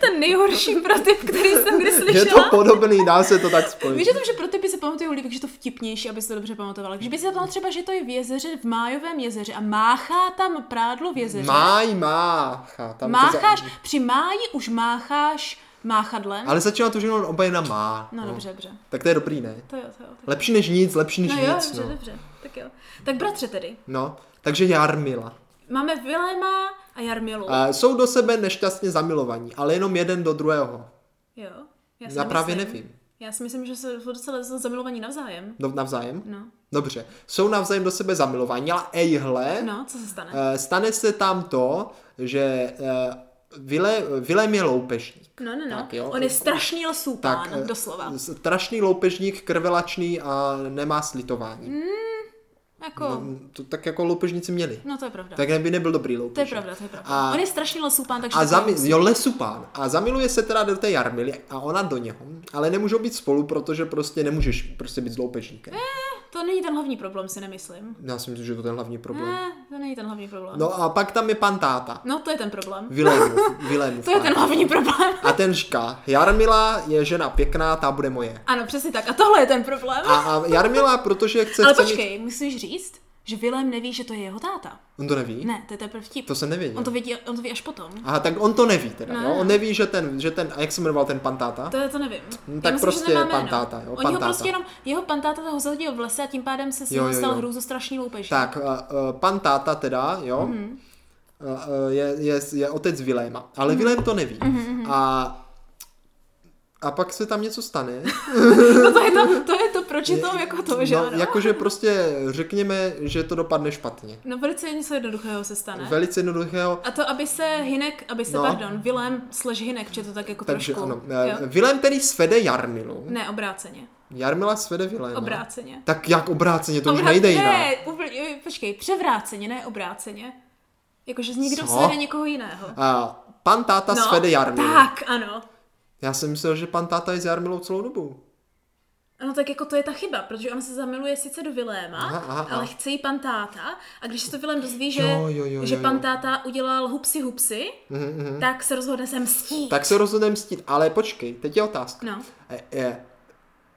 Ten nejhorší protip, který jsem
(laughs)
kdy
Je to
slyšela.
podobný, dá se to tak
Víš,
spojit.
že to, že protipy se pamatují líp, takže je to vtipnější, aby se to dobře pamatovala. Když by se zeptal třeba, že to je v jezeře, v Májovém jezeře a máchá tam prádlo v jezeře.
Máj, Mácha. Tam to za-
mácháš, při máji už mácháš máchadlem.
Ale začíná to, že on oba je na má.
No dobře, dobře.
Tak to je dobrý, ne?
To jo, to jo. To jo.
Lepší než nic, lepší než
No jo,
nic.
dobře,
no.
dobře. Tak jo. Tak bratře tedy.
no, takže Jarmila.
Máme Viléma a Jarmilu.
Eh, Jsou do sebe nešťastně zamilovaní, ale jenom jeden do druhého.
Jo. Já
Já právě
nemyslím.
nevím.
Já si myslím, že se jsou docela jsou zamilovaní navzájem.
Do, navzájem?
No.
Dobře. Jsou navzájem do sebe zamilovaní, ale ejhle,
No, co se stane?
eh, stane se tam to, že uh, Vile, Vilém je loupežník.
No, no, no.
Eh, tak jo.
On je strašný lsůpán,
eh,
doslova.
Strašný loupežník, krvelačný a nemá slitování.
Mm. Jako, no,
To tak jako loupežníci měli.
to je pravda.
Tak by nebyl dobrý loupežník.
To je pravda, to je pravda.
A-
A, on je strašný lsůpán, takže...
A
to
zami-
je-
jo, lesupán. A zamiluje se teda do té Jarmily a ona do něho. Ale nemůžou být spolu, protože prostě nemůžeš prostě být zloupežníkem.
To není ten hlavní problém, si nemyslím.
Já si myslím, že to je ten hlavní problém.
Ne, to není ten hlavní problém.
No a pak tam je pan táta.
No, to je ten problém.
Vilémův.
(laughs)
Vilémův
To je
táta.
ten hlavní problém.
A ten říká, Jarmila je žena pěkná, ta bude moje.
Ano, přesně tak. A tohle je ten problém.
A, a Jarmila, protože chce...
Ale
chce
počkej, musíš říct, že Vilém neví, že to je jeho táta.
Mít... On to neví?
Ne, to je teprve vtip.
To jsem nevěděl.
On to, vidí, on to ví až potom.
Aha, tak on to neví teda,
Ne.
jo? On neví, že ten, že ten, a jak se jmenoval ten pan táta?
To já to nevím.
No, tak
já myslím,
prostě
že nemá
pan
jméno.
táta, jo,
Oni
pan
ho
táta.
prostě jenom, jeho pan táta ho zahodil v lese a tím pádem se s
Jo,
ním
jo,
stal
jo.
hrůzu strašný loupež.
Tak, uh, uh, pan táta teda, jo, mm-hmm.
Mhm.
uh, uh, je, je, je otec Viléma, ale mm-hmm. Vilém to neví.
Mhm,
Mm-hmm. A, a pak se tam něco stane.
No (laughs) to je to, to, je to proč je to jako to, že
no,
ano.
jakože prostě řekněme, že to dopadne špatně.
No velice něco jednoduchého se stane.
Velice jednoduchého.
A to, aby se Hinek, aby se,
No.
no. pardon, Vilém slež Hinek, že to tak jako
Takže
trošku.
ano.
jo?
eh, Vilém tedy svede Jarmilu.
Ne, obráceně.
Jarmila svede Viléma.
Obráceně.
Tak jak obráceně, to už
Obrá-
nejde jinak.
ne, úplně, počkej, převráceně, ne obráceně. Jakože někdo
Co?
svede někoho jiného.
A pan táta
no,
svede Jarmilu.
Tak, ano.
Já jsem myslel, že pan táta je s Jarmilou celou dobu.
No tak jako to je ta chyba, protože on se zamiluje sice do Viléma,
Aha, aha, aha.
ale chce jí pan táta a když se to Vilém dozví, že,
Jo, jo, jo,
že
jo,
pan
jo.
táta udělal hupsi hupsi, tak se rozhodne se mstít.
Tak se rozhodneme mstít, ale počkej, teď je otázka.
No.
E, e,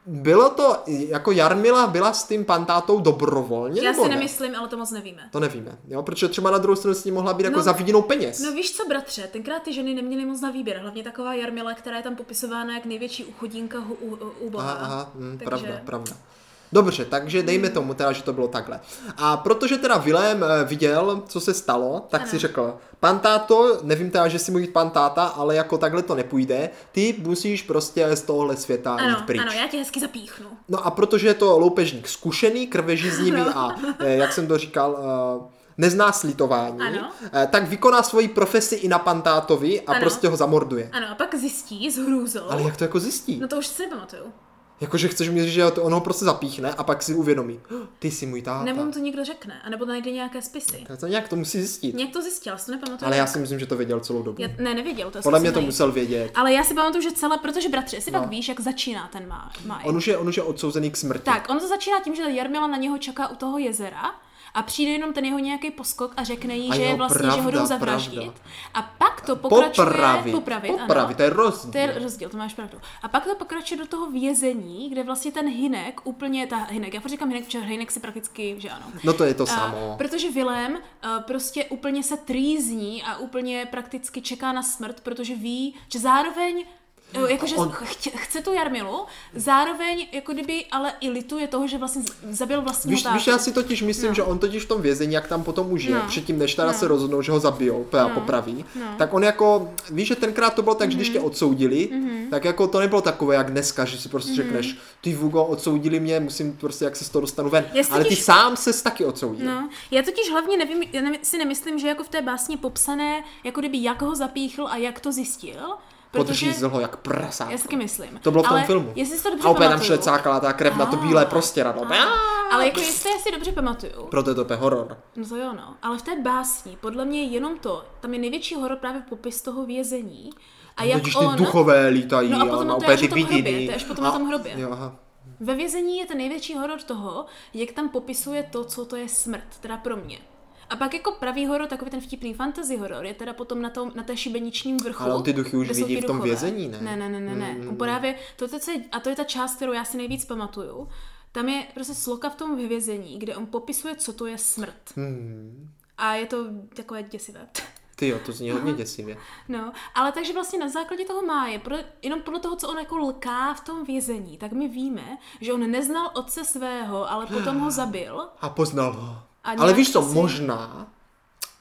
Bylo to, jako Jarmila byla s tím pantátou dobrovolně?
Já
nebo
si
ne?
nemyslím, ale to moc nevíme.
To nevíme, jo? protože třeba na druhou stranu s ním mohla být jako no,
No.
za vidinou peněz.
No víš co, bratře, tenkrát ty ženy neměly moc na výběr, hlavně taková Jarmila, která je tam popisována jak největší uchodínka hu, u, u, u Boha.
aha, aha hm,
Takže- Hmm.
pravda, pravda. Dobře, takže dejme tomu teda, že to bylo takhle. A protože teda Vilém eh, viděl, co se stalo, tak ano.
Ano.
si řekl, pan táto, nevím teda, že si mu jít pan táta, ale jako takhle to nepůjde, ty musíš prostě z tohohle světa jít
Ano,
pryč.
ano, já tě hezky zapíchnu.
No a protože je to loupežník zkušený, krvežiznivý no.
No.
a, eh, jak jsem to říkal, eh, nezná slitování,
Ano.
eh, tak vykoná svoji profesi i na pantátovi a ano.
Ano.
prostě ho zamorduje.
Ano, a pak zjistí s hrůzou.
Ale jak to jako zjistí?
No to už si nepamatuju.
Jakože chceš mi říct, že to ono prostě zapíchne a pak si uvědomí, "Oh, ty jsi můj táta.
Nebo mu to někdo řekne, anebo najde nějaké spisy.
Tak to nějak to musí zjistit.
Nějak to zjistil, já si to nepamatuju.
Ale já si myslím, že to věděl celou dobu.
Já, ne, nevěděl, to já si
Podle mě
musím
to
najít.
musel vědět.
Ale já si pamatuju, že celé, protože bratře, jestli
No.
no. pak víš, jak začíná ten má, máj.
On už je, on už je odsouzený k smrti.
Tak, on to začíná tím, že Jarmila na něho čeká u toho jezera a přijde jenom ten jeho nějaký poskok a řekne jí,
A
že
jo,
je vlastně, že ho
pravda,
jdou zavraždit.
pravda.
A pak to pokračuje...
popravit.
Popravit,
popravit
ano.
to je rozdíl.
To je rozdíl, to máš pravdu. A pak to pokračuje do toho vězení, kde vlastně ten Hinek úplně, ta Hinek, já furt říkám Hinek, protože Hinek si prakticky, že ano.
No to je to
A
samo.
Protože Vilém a, prostě úplně se trýzní a úplně prakticky čeká na smrt, protože ví, že zároveň Jo, Jakože
No, On-
on... chce tu Jarmilu, zároveň jako kdyby ale i lituje toho, že vlastně z- zabil vlastního
Víš,
tátu.
víš, já si totiž myslím, že on totiž v tom vězení, jak tam potom už je,
No.
předtím než teda se rozhodnou, že ho zabijou, teda popraví, tak on jako, víš, že tenkrát to bylo tak, že když tě
Mhm.
odsoudili, tak jako to nebylo takové, jak dneska, že si prostě
Mhm.
řekneš, ty Vugo, odsoudili mě, musím prostě, jak se z toho dostanu ven.
Jestli
Ale ty
když-
sám ses taky odsoudil.
No, já totiž hlavně nevím, já nevím, si nemyslím, že jako v té básni popsané, jako kdyby jak ho zapíchl a jak to zjistil, protože
Podřízl ho jak prasátko.
já si taky myslím.
To bylo v tom
ale
filmu.
Jestli si to dobře
A opět tam
pamatuju,
šlecákala ta krev na to bílé prostě rado.
Ale jako jestli já si dobře pamatuju,
Proto je to úplně horor.
no to jo no, ale v té básni, podle mě jenom to, tam je největší horor právě popis toho vězení a jak
Vidíš, No ty
on...
duchové lítají
No a
on
potom
má
to je
úplně
až
ty
v tom hrobě,
vidiny.
to je až potom na
A-
tom hrobě.
Jo, aha.
Ve vězení je ten největší horor toho, jak tam popisuje to, co to je smrt, teda pro mě. A pak jako pravý horor, takový ten vtipný fantasy horor, je teda potom na, tom, na té šibeničním vrcholu.
Ale on ty duchy už
kde jsou
vidí
ti
v tom
duchové.
vězení, ne? Mm.
Ne, ne, ne, ne. ne. On právě, to, to, co je, a to je ta část, kterou já si nejvíc pamatuju, tam je prostě sloka v tom vězení, kde on popisuje, co to je smrt.
Hm.
A je to takové děsivé.
Hmm. Ty jo, to zní hodně děsivě.
No, ale takže vlastně na základě toho máje, pro, jenom podle toho, co on jako lká v tom vězení, tak my víme, že on neznal otce svého, ale potom
(gasps)
ho zabil.
A poznal ho.
A
Ale
nějak
víš co,
si-
možná,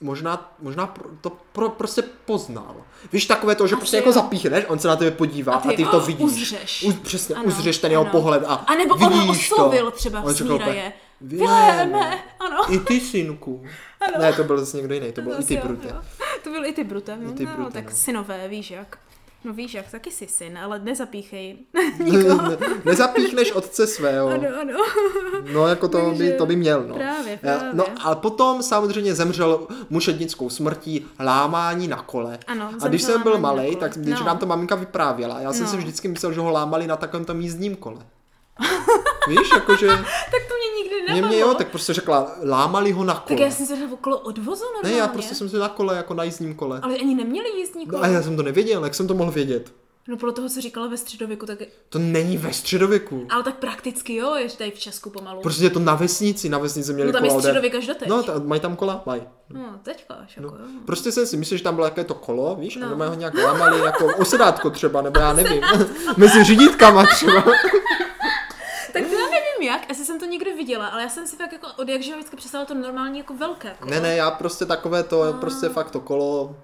možná, možná pro, to pro, prostě poznal. Víš takové to, že prostě
jo.
jako zapíchneš, on se na tebe podívá a ty,
ty,
to
"Oh,
vidíš.
uzřeš."
Uz, přesně,
Ano,
uzřeš ten jeho
ano.
pohled a
A nebo on ho
vidíš
oslovil
to.
třeba v
On řekl
Smíraje. eh."
úplně,
Viléme, ano.
I ty, synku. Ano. Ne, to byl zase někdo jiný, to byl i
zase
ty
jo,
brute.
jo. (laughs) To byl i ty brutem. No,
I ty
no,
Brute,
tak
no.
synové, víš jak. No víš jak, taky jsi syn, ale nezapíchej.
No. Ne- (laughs) Nezapíchneš otce svého.
(laughs) Ano, ano. (laughs)
No, jako to, by,
Takže
to by měl, no.
právě,
Eh,
právě.
No a potom samozřejmě zemřel mušednickou smrtí lámání na kole.
Ano,
a
zemřel
když jsem byl
lámání na
malý,
kole.
tak když
No.
nám to maminka vyprávěla, já jsem
No.
si vždycky myslel, že ho lámali na takovém tom jízdním kole. (laughs) Víš, jakože
Tak to mě nikdy
mě,
nenapadlo.
mě jo, tak prostě řekla, lámali ho na kole.
tak já jsem se řekla okolo odvozu normálně.
ne, já prostě jsem si na kole, jako na jízdním kole.
Ale ani neměli jízdní
No
kolo.
a já jsem to nevěděl, jak jsem to mohl vědět?
No podle toho, co říkala ve středověku, tak...
To není ve středověku.
Ale tak prakticky jo, je tady v Česku pomalu.
Prostě je to na vesnici, na vesnici měli
No tam je
kola. ode-
středověk až doteď.
No, ta, mají tam kola? Mají.
No, teďka až jako, jo.
Prostě jsem si myslel, že tam bylo jaké to kolo, víš, no. a
No.
normálně ho nějak lámali jako osedátko třeba, nebo já nevím, (laughs) mezi řídítkama třeba.
Tak to já nevím jak, asi jsem to někde viděla, ale já jsem si fakt jako od jak živa vždycky představila to normální jako velké kolo.
Ne, ne, já prostě takové to,
Ah.
prostě fakt to kolo,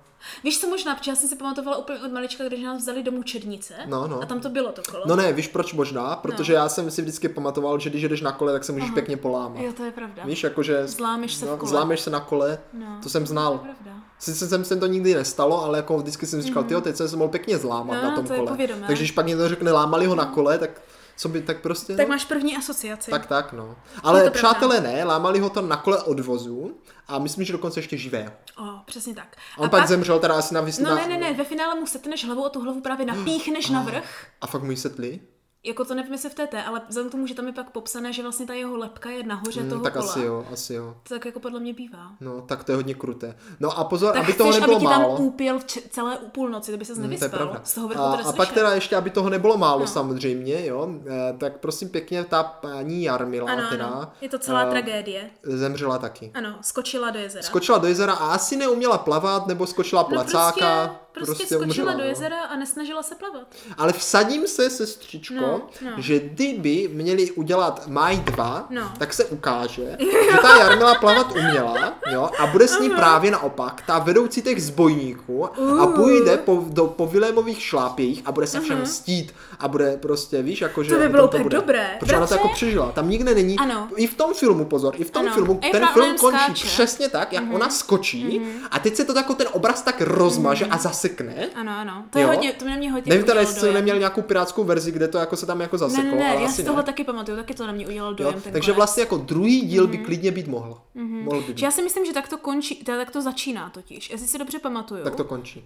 Víš co možná, protože já jsem si pamatovala úplně od malička, když nás vzali do mučednice
No, no.
a tam to bylo to kolo.
no ne, víš proč možná, protože já jsem si vždycky pamatoval, že když jdeš na kole, tak se můžeš pěkně polámat.
Jo, to je pravda.
Víš, jakože
Zlámeš se v
no,
kole.
zlámeš se na kole,
No,
to jsem
To je
znal.
pravda.
Sice jsem se to nikdy nestalo, ale jako vždycky jsem říkal, tyjo, teď jsem se mohl pěkně zlámat
Mhm. No,
na tom
to je
kole.
povědomé.
Takže když pak někdo řekne, lámali ho na kole, tak co by, tak prostě...
Tak
no.
máš první asociaci.
Tak, tak, no.
Je
Ale
to
přátelé ne, lámali ho to na kole odvozu a myslím, že dokonce ještě živého.
O, přesně tak.
A on pak, zemřel teda asi na vysnu.
No ne, ne, ne, ve finále mu setneš hlavu a tu hlavu právě napíchneš na vrch.
A fakt mu ji setli?
Jako to nevím, jestli v té té, ale vzhledem k tomu, že tam je pak popsané, že vlastně ta jeho lepka je nahoře
Hm,
toho
tak
kola.
asi jo, asi jo.
To tak jako podle mě bývá.
No, tak to je hodně kruté. No a pozor,
Tak
aby
aby
toho
chceš,
nebylo
aby ti tam
málo.
úpěl v č- celé půlnoci, to by se
Hm,
nevyspal.
to je pravda.
Z toho vrchu No.
a,
to
a
neslyšel.
pak teda ještě, aby toho nebylo málo samozřejmě, jo, eh, tak prosím pěkně ta paní Jarmila
ano,
jako teda
ano. Je to celá
eh,
tragédie.
zemřela taky.
Ano, skočila do jezera.
Skočila do jezera a asi neuměla plavat, nebo skočila
No
placáka.
prostě, prostě, skočila
umřela,
do
no.
jezera a nesnažila se plavat.
Ale vsadím se, sestřičko, no,
No,
no.
no.
že kdyby měli udělat Maj 2, no.
No.
tak se ukáže, že ta Jarmila plavat uměla jo, a bude s ní právě naopak ta vedoucí těch zbojníků a půjde po, do, po Vilémových šlápějích a bude se všem stít a bude prostě, víš, jakože...
To
o
by
tom
bylo úplně
bude.
dobré,
Protože ona to
bratře.
jako přežila, tam nikde není.
Ano.
I v tom filmu, pozor, i v tom
Ano.
filmu,
A jak
ten
ona
film
jen
končí
skáče. Mhm.
přesně tak, jak ona skočí a teď se to jako ten obraz tak rozmaže
Mhm.
a zasekne.
Ano, ano. To, je
Jo?
hodně, to mě, mě hodně
Nevím teda,
udělalo
jestli
dojem.
neměl nějakou pirátskou verzi, kde to jako se tam jako
Ne,
zaseklo,
ne, ne,
ale
já
asi
si
ne.
tohle taky pamatuju, taky to na mě udělalo
jo,
dojem. ten
takže
konec. Mhm.
vlastně jako druhý díl by klidně být mohl. Mohl by být.
Že já si myslím, že tak to končí, teda tak to začíná totiž. Jestli si dobře pamatuju.
Tak to končí.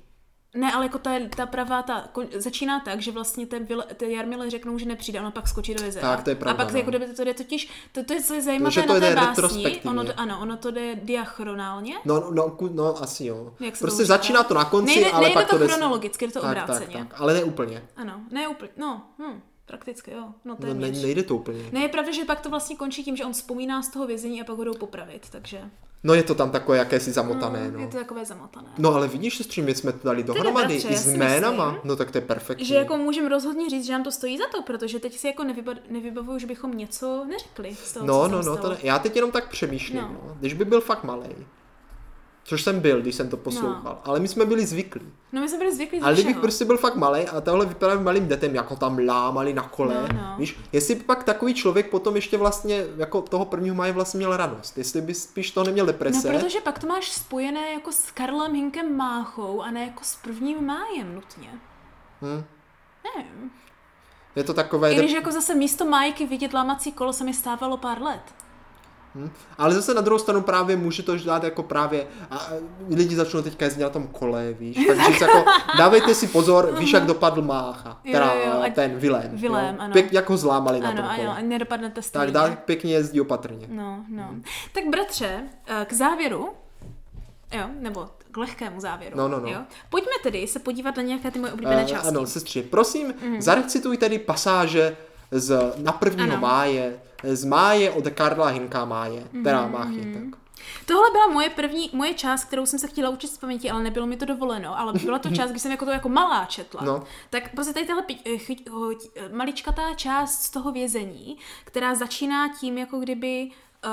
Ne, ale jako ta, ta pravá, ta kon, začíná tak, že vlastně ten, Vil- ten Jarmile řeknou, že nepřijde, ono pak skočí do jezera.
Tak, to je pravda,
A pak
no.
jako kdyby to jde totiž, to, to je co je zajímavé
že to
na
jde
té básni,
retrospektivně.
ono, ano, ono to jde diachronálně.
No, no, ku- no asi jo.
Jak se to
Prostě
už říká?
začíná to na konci,
nejde,
ale
nejde
pak
to,
jde...
chronologicky, jde to
tak, tak,
obráceně.
tak, ale ne úplně.
Ano, ne úplně, no, hm, prakticky jo, no
No, ne,
téměř.
nejde to úplně.
Ne, je pravda, že pak to vlastně končí tím, že on vzpomíná z toho vězení a pak ho jdou popravit, takže...
No je to tam takové jakési zamotané, no.
Je to takové zamotané.
No ale vidíš, se s čím jsme to dali dohromady,
bratře,
i
já
s
si
jménama,
myslím,
no tak to je perfektní.
Že jako můžeme rozhodně říct, že nám to stojí za to, protože teď si jako nevyba- nevybavuju, že bychom něco neřekli z toho, co
No,
se
no,
tam
no, to
stalo.
ne, já teď jenom tak přemýšlím, no.
No.
No. když by byl fakt malý. Což jsem byl, když jsem to poslouchal. No. Ale my jsme byli zvyklí.
No my jsme byli zvyklí
Ale
ze
kdybych
všeho.
prostě byl fakt malý a tohle vypadal malým dětem, jako tam lámali na kole.
No, no.
Víš, jestli by pak takový člověk potom ještě vlastně jako toho prvního maje vlastně měl radost. Jestli by spíš to neměl
No
deprese.
protože pak to máš spojené jako s Karlem Hinkem Máchou a ne jako s prvním májem nutně.
Hm.
Nevím.
Je to takové...
I když jako zase místo májky vidět lámací kolo se mi stávalo pár let.
Hm? Ale zase na druhou stranu právě může to dát jako právě, a, a lidi začnou teďka jezdit na tom kole, víš, takže se
(laughs)
jako, dávejte si pozor, víš, jak dopadl Mácha,
No, Jo,
teda
jo, a-
ten Vilém,
Vilém,
jo?
ano.
Pěk, jak ho zlámali na
Ano,
tom
ano, a
kole.
nedopadnete stejně.
Tak Hmm. dá, pěkně jezdí opatrně.
No, no. Tak bratře, eh, k závěru, jo, nebo k lehkému závěru.
No, no, no.
Jo? Pojďme tedy se podívat na nějaké ty moje oblíbené
Eh,
části. Mhm.
ano, sestři, prosím, zarecituj tedy pasáže z na prvního
Ano.
máje, z máje od Karla Hinka máje, teda
Mhm.
Máchy, tak.
Tohle byla moje první, moje část, kterou jsem se chtěla učit z paměti, ale nebylo mi to dovoleno, ale
(laughs)
byla to část, kdy jsem jako to jako malá četla.
No.
Tak prostě tady tahle pi- eh, chyť- ho- tí- eh, maličkatá část z toho vězení, která začíná tím, jako kdyby eh,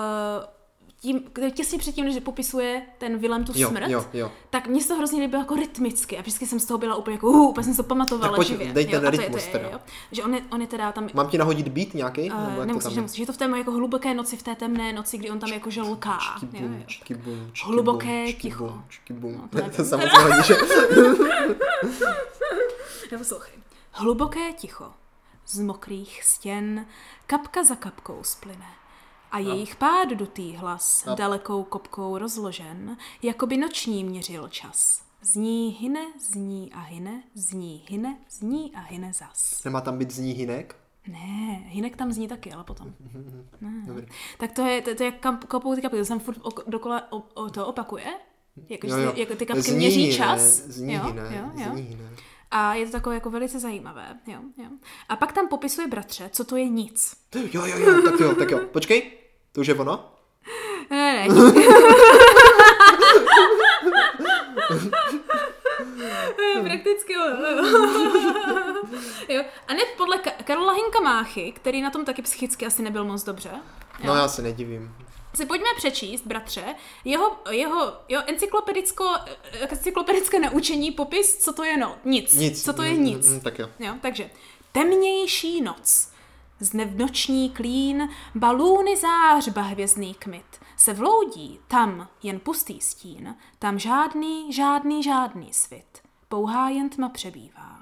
tím, kde- těsně předtím, než popisuje ten Willem tu
Jo,
smrt,
jo, jo.
tak mně se to hrozně líbilo jako rytmicky a vždycky jsem z toho byla úplně jako, uh, úplně jsem se to pamatovala
Tak pojď,
živě.
dej ten
jo, a to je- to
rytmus
je,
teda.
jo. Že on je, on je teda tam
Mám ti nahodit být nějaký?
eh, nemusíš, nemusíš. Je to v té moje jako hluboké noci, v té temné noci, kdy on tam jako želká. Jo, jo. Hluboké ticho.
Čkibum.
No,
(laughs)
to nevím.
Samozřejmě, že
Neposlouchej. Hluboké ticho. Z mokrých stěn kapka za kapkou splyne. A jejich pád dutý hlas,
A.
dalekou kopkou rozložen, jako by noční měřil čas. Zní hyne, zní a hyne, zní hyne, zní a hyne zas.
nemá tam být zní hinek.
Ne, hinek tam zní taky,
(laughs)
ale potom.
Dobrý.
Tak to je, to, to je jak kam- kopou ty kapky, to se tam furt ok, dokola o, o, to opakuje. Jako,
Jo,
že
jo.
ty- jako ty kapky
Zní
měří
jiné,
čas.
Zní
jo,
jiné,
jo, jo.
zní jiné.
A je to takové jako velice zajímavé. Jo, jo. A pak tam popisuje bratře, co to je nic.
Jo, jo, jo, tak jo, tak jo. Počkej, to už je ono?
Ne, ne, ne. Prakticky ono. jo. A ne podle Ka- Karola Hinka Máchy, který na tom taky psychicky asi nebyl moc dobře,
No já se nedivím.
si pojďme přečíst, bratře, jeho, jeho, jeho encyklopedicko, eh, encyklopedické naučení, popis, co to je no, nic.
Nic.
Co to je
Mm,
nic.
mm, Tak jo.
Jo, takže temnější noc. Znevnoční klín, balúny zářba hvězdný kmit. Se vloudí, tam jen pustý stín, tam žádný, žádný, žádný svit. Pouhá jen tma přebývá.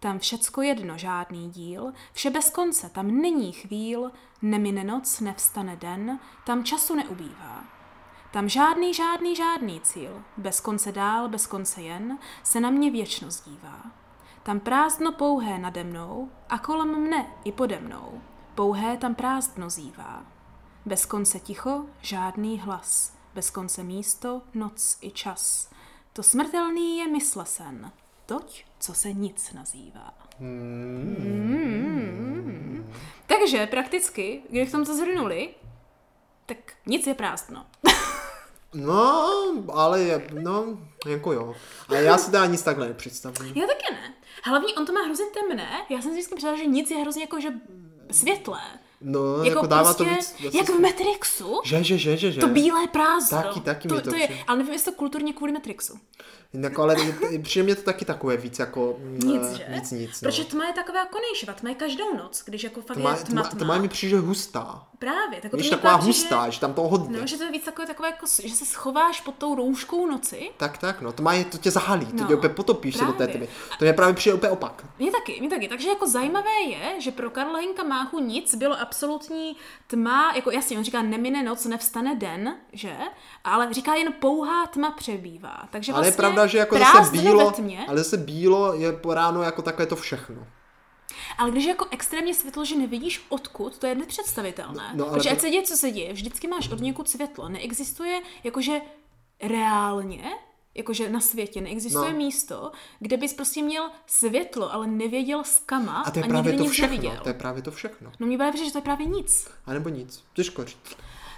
Tam všecko jedno, žádný díl, vše bez konce, tam není chvíl, nemine noc, nevstane den, tam času neubývá. Tam žádný, žádný, žádný cíl, bez konce dál, bez konce jen, se na mě věčnost dívá. Tam prázdno pouhé nade mnou a kolem mne i pode mnou, pouhé tam prázdno zývá. Bez konce ticho, žádný hlas, bez konce místo, noc i čas. To smrtelný je mysle sen, toť, co se nic nazývá. Mm. Takže prakticky, když jsme to zhrnuli, tak nic je prázdno.
No, ale je, no, jako jo. Ale já si teda nic takhle nepředstavuji.
Já taky ne. Hlavně on to má hrozně temné. Já jsem si vždycky přijela, že nic je hrozně jako, že světlé.
No, jako,
Jako,
dává
prostě,
to víc. zase-
jak v Matrixu,
Že, že, že, že, že.
to bílé prázdno.
Taky- taky
to,
mi to
to je,
přijde.
Ale nevím, jestli to kulturně kvůli Matrixu.
Jako, ale je- přijde mě to taky takové víc jako... mm,
Nic,
eh,
že?
Víc nic, no.
Protože tma je taková jako konejšiva, tma je každou noc, když jako fakt
Tma,
je
tma,
tma, tma.
tma mi přijde hustá.
Právě, tak to
Víš,
mě
taková
právě
hustá, že tam toho hodně.
Přijde, no, že to je víc takové, takové jako, že se schováš pod tou rouškou noci.
Tak, tak, no, to má je, to tě zahalí, to
No,
tě úplně potopíš se do té
právě.
tmy. To mě právě přijde úplně opak.
Mně taky, mně taky. Takže jako zajímavé je, že pro Karla Hinka Máchu nic bylo absolutní tma, jako jasně, on říká nemine noc, nevstane den, že? Ale říká jen pouhá tma přebývá. Takže
ale
vlastně
je pravda, že jako
prázdno
zase bílo,
ve tmě, ale...
ale zase bílo je po ráno jako takové to všechno.
ale když je jako extrémně světlo, že nevidíš odkud, to je nepředstavitelné.
No,
No,
no, ale
Protože
pro-
ať se děje, co se děje, vždycky máš od někud světlo. Neexistuje jakože reálně, jakože na světě neexistuje
No.
no. místo, kde bys prostě měl světlo, ale nevěděl z kama
A to je
a
právě
nikdy
to
nic
všechno,
neviděl.
to je právě to všechno.
No mě právě přijde, že to je právě nic.
A nebo nic, těžko říct.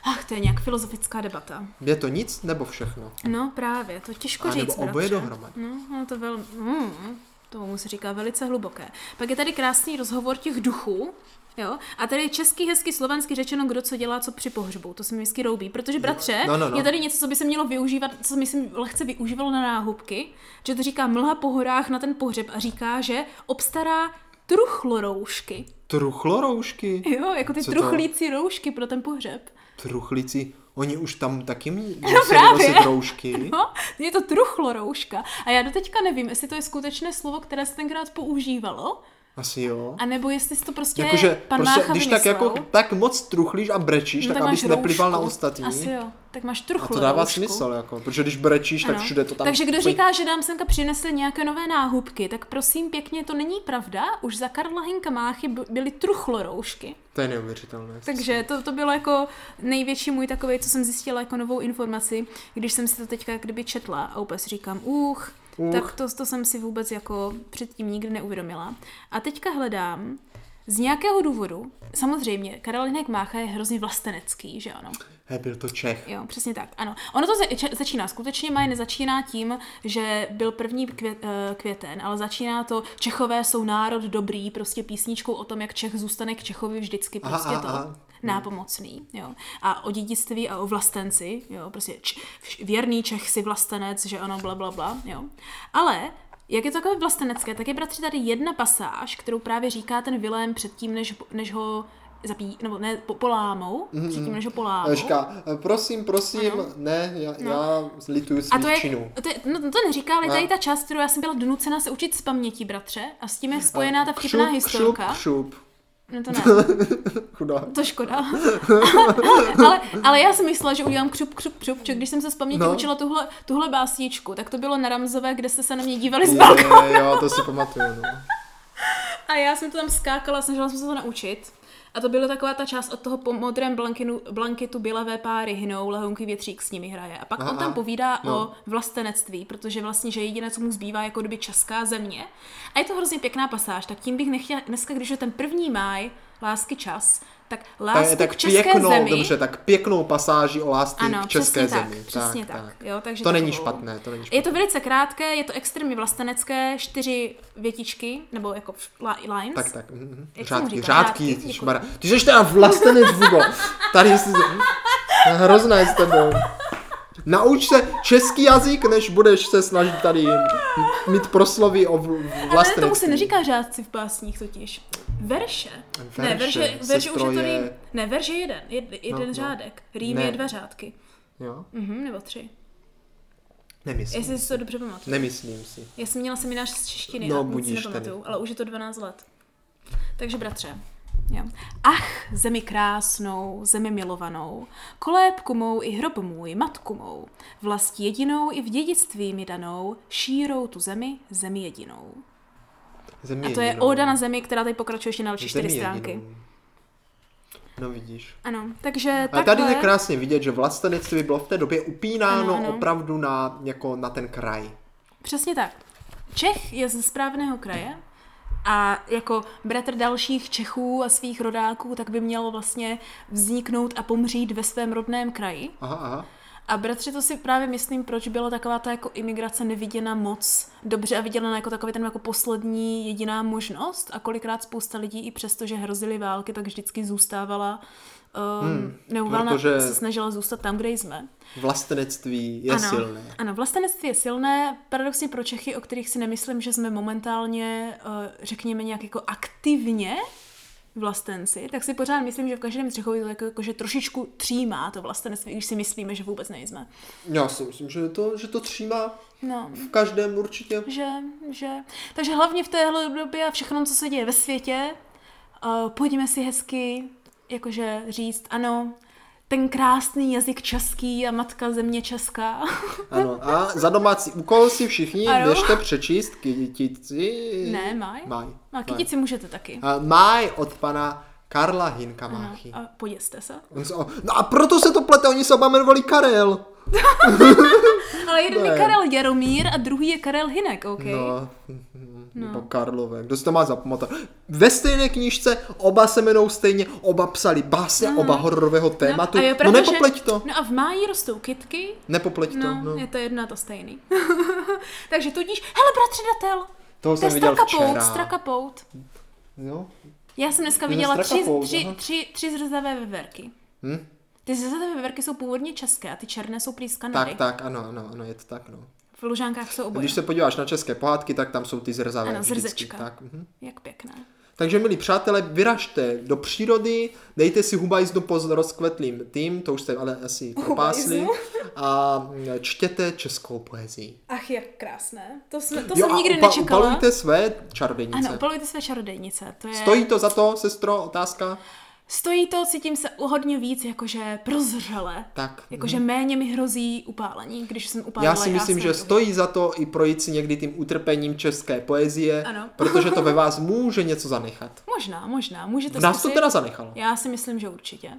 Ach, to je nějak filozofická debata.
Je to nic nebo všechno?
No právě, to těžko
A
říct.
nebo oboje
bratře.
dohromady.
No, no to velmi... Mm, tomu se říká velice hluboké. Pak je tady krásný rozhovor těch duchů, Jo? A tady je česky, hezky, slovensky řečeno, kdo co dělá, co při pohřbu. To se mi vždycky roubí, protože bratře,
No, no, no.
je tady něco, co by se mělo využívat, co myslím lehce využívalo na náhubky, že to říká mlha po horách na ten pohřeb a říká, že obstará truchloroušky.
Truchloroušky.
Jo, jako ty
Co to?
truchlící roušky pro ten pohřeb.
Truchlici. Oni už tam taky
(laughs)
musí
No právě.
nosit
(laughs)
roušky.
No, je to truchlorouška. A já doteďka nevím, jestli to je skutečné slovo, které se tenkrát používalo,
Asi jo.
a nebo jestli si to prostě
Jakože,
pan
prostě,
Vácha
když tak,
vymyslel.
jako, tak moc truchlíš a brečíš, tak, abys
No roušku.
neplival na ostatní.
Asi jo, tak máš
A
truchloroušku.
to dává smysl, jako, protože když brečíš, tak
Ano.
všude to tam...
Takže kdo říká, že nám semka přinesl nějaké nové náhubky, tak prosím pěkně, to není pravda. Už za Karla Hinka Máchy by- byly truchloroušky.
To je neuvěřitelné.
Takže to, to bylo jako největší můj takový, co jsem zjistila jako novou informaci, když jsem si to teďka jak kdyby četla a úplně si říkám, uch,
Uch.
uch. tak to, to jsem si vůbec jako předtím nikdy neuvědomila. A teďka hledám z nějakého důvodu, samozřejmě, Karel Hinek Mácha je hrozně vlastenecký, že ano?
He, byl to Čech.
Jo, přesně tak, ano. Ono to zač- začíná, skutečně maj nezačíná tím, že byl první kvě- eh, květen, ale začíná to, Čechové jsou národ dobrý, prostě písničkou o tom, jak Čech zůstane k Čechovi vždycky,
Aha,
prostě
aha, Hmm.
to
aha.
nápomocný, jo. A o dědictví a o vlastenci, jo, prostě č- vš- věrný Čech si vlastenec, že ano, bla, bla, bla, jo. Ale jak je to takové vlastenecké, tak je bratři tady jedna pasáž, kterou právě říká ten Vilém předtím, než, než ho zapí, nebo ne, po, polámou, předtím, než ho polámou.
A Mhm, říká, "E, prosím, prosím, ne, já, já zlituju
No. A to
svých
je,
činů.
to je, no to neříká, ale
No.
tady ta část, kterou já jsem byla donucena se učit z paměti, bratře, a s tím je spojená ta
A
vtipná
kšup,
historka.
Kšup, kšup,
No to ne,
chudá.
to škoda. (laughs) ale, ale já jsem myslela, že udělám křup, křup, křup, že když jsem se z paměti
No.
učila tuhle, tuhle básničku, tak to bylo na Ramzové, kde jste se na mě dívali z balkónu.
Je, jo, to si pamatuju. No.
A já jsem to tam skákala, snažila jsem se to naučit. A to byla taková ta část od toho po modrém blankinu, blanketu bělavé páry hnou, lehounký větřík s nimi hraje. A pak
Aha,
on tam povídá
no.
no. o vlastenectví, protože vlastně, že jediné, co mu zbývá, je jako kdyby česká země. A je to hrozně pěkná pasáž, tak tím bych nechtěla, dneska, když je ten první máj, lásky čas,
Tak,
tak lásku
Eh, tak
k české
pěknou,
zemi.
dobře, tak pěknou pasáží o lásky
Ano,
k české
přesně
zemi.
tak, přesně tak. Jo, takže
to není
takovou-
špatné, to není špatné.
Je to velice krátké, je to extrémně vlastenecké, čtyři větičky, nebo jako la- lines.
Tak, tak. mhm, mhm.
Jak jsem
Řádky,
říkala,
řádky,
řádky,
ty
děkuji.
šmara. Ty jsi teda vlastenec, Hugo. Tady jsi... Hrozná je s tebou. Nauč se český jazyk, než budeš se snažit tady mít proslovy o vl-
Ale tomu se
vlastenectví.
neříká řádci v básních totiž. Verše.
Verše,
ne, verše, verše už
sestro,
je to
je-
rým. Ne, verše je jeden, jed, jeden
no.
řádek. Rým
Ne.
je dva řádky.
Jo?
Mhm, nebo tři.
Nemyslím.
Jestli si to dobře pamatuju.
Nemyslím si.
Já jsem měla seminář z češtiny
No,
a nic si
budíš
nepamatuju, ale už je to 12 let. Takže bratře, jo. Ach, zemi krásnou, zemi milovanou, kolébku mou i hrob můj, matku mou, vlast jedinou i v dědictví mi danou, šírou tu zemi, zemi jedinou.
Zemi
A to je
jedinou.
Oda na zemi, která tady pokračuje ještě na další
Zemi
čtyři stránky.
jedinou. No vidíš.
Ano, takže
A tady
tak takhle...
je krásně vidět, že vlastenectví bylo v té době upínáno
Ano, ano.
opravdu na, jako na ten kraj.
Přesně tak. Čech je ze správného kraje a jako bratr dalších Čechů a svých rodáků, tak by měl vlastně vzniknout a pomřít ve svém rodném kraji.
Aha, aha.
A bratře, to si právě myslím, proč byla taková ta jako imigrace neviděna moc dobře a viděna jako takový ten jako poslední jediná možnost a kolikrát spousta lidí i přesto, že hrozily války, tak vždycky zůstávala um, hmm, neuvalna,
protože-
se snažila zůstat tam, kde jsme.
Vlastenectví je
ano,
silné.
Ano, vlastenectví je silné, paradoxně pro Čechy, o kterých si nemyslím, že jsme momentálně, eh, řekněme, nějak jako aktivně vlastenci, tak si pořád myslím, že v každém Čechovi to jako, jako, že trošičku třímá to vlastenectví, když si myslíme, že vůbec nejsme.
No, Já si myslím, že to, že to tříma
No,
v každém určitě.
že, že. Takže hlavně v téhle době a všechno, co se děje ve světě, uh, pojďme si hezky jakože říct, ano, ten krásný jazyk český a matka země česká. (laughs)
Ano. A za domácí úkol si všichni ano.
Ano.
běžte přečíst kytici.
Ne, maj.
Maj.
A kytici můžete taky.
Maj. A maj od pana Karla Hinkamáchy.
A poděste se.
On se, o- no a proto se to plete, oni se oba jmenovali Karel.
(laughs) Ale jeden
Ne.
je Karel Jaromír a druhý je Karel Hinek, OK?
No, (laughs) no. Karlové, kdo si to má zapamatovat. Ve stejné knižce oba se jmenou stejně, oba psali básně, oba hororového tématu.
No. a je
No,
pravda, že-
nepopleť to,
No a v máji rostou kytky.
nepopleť to.
No,
No.
je to jedno a to stejný. (laughs) Takže tudíž, hele bratře datel.
Toho
To je
jsem viděl
strakapout,
včera.
strakapout.
Jo?
Já jsem dneska
Je to
viděla tři,
strakapout,
tři,
aha.
tři, tři zrzavé veverky.
Hm?
Ty zrzavé veverky jsou původně české a ty černé jsou prý z Kanady.
Tak, tak, ano, ano, ano, je to tak, no.
V Lužánkách jsou oboje.
Když se podíváš na české pohádky, tak tam jsou ty zrzavé
Ano,
vždycky.
zrzečka.
Tak, mhm.
Jak pěkné.
Takže, milí přátelé, vyražte do přírody, dejte si hubajzdu po rozkvetlým tým, to už jste ale asi propásli, a mm, čtěte českou poezii.
Ach, jak krásné. To, jsme, to
Jo,
jsem nikdy
a upa-
nečekala.
upalujte své čarodějnice.
Ano, upalujte své čarodejnice. To je...
Stojí to za to, sestro, otázka?
Stojí to, cítím se o hodně víc, jakože prozřele.
Tak. mm.
Jakože méně mi hrozí upálení, když jsem upálila.
Já si myslím,
jsem
že
druhý.
stojí za to i projít si někdy tím utrpením české poezie,
Ano. (laughs)
protože to ve vás může něco zanechat.
Možná, možná, můžete
V nás to
zkusit.
teda zanechalo.
Já si myslím, že určitě.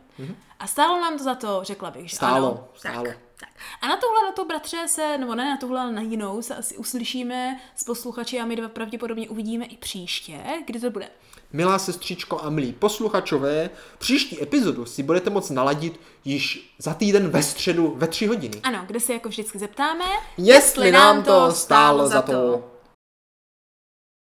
A stálo nám to za to, řekla bych, že
Stálo,
ano.
stálo.
Tak, tak. A na tuhle, na to bratře se, nebo ne na tuhle, ale na jinou se asi uslyšíme s posluchači a my dva pravděpodobně uvidíme i příště, kdy to bude.
Milá sestřičko a milí posluchačové, příští epizodu si budete moct naladit již za týden ve středu ve tři hodiny.
Ano, kde se jako vždycky zeptáme,
Jestli nám to stálo za to.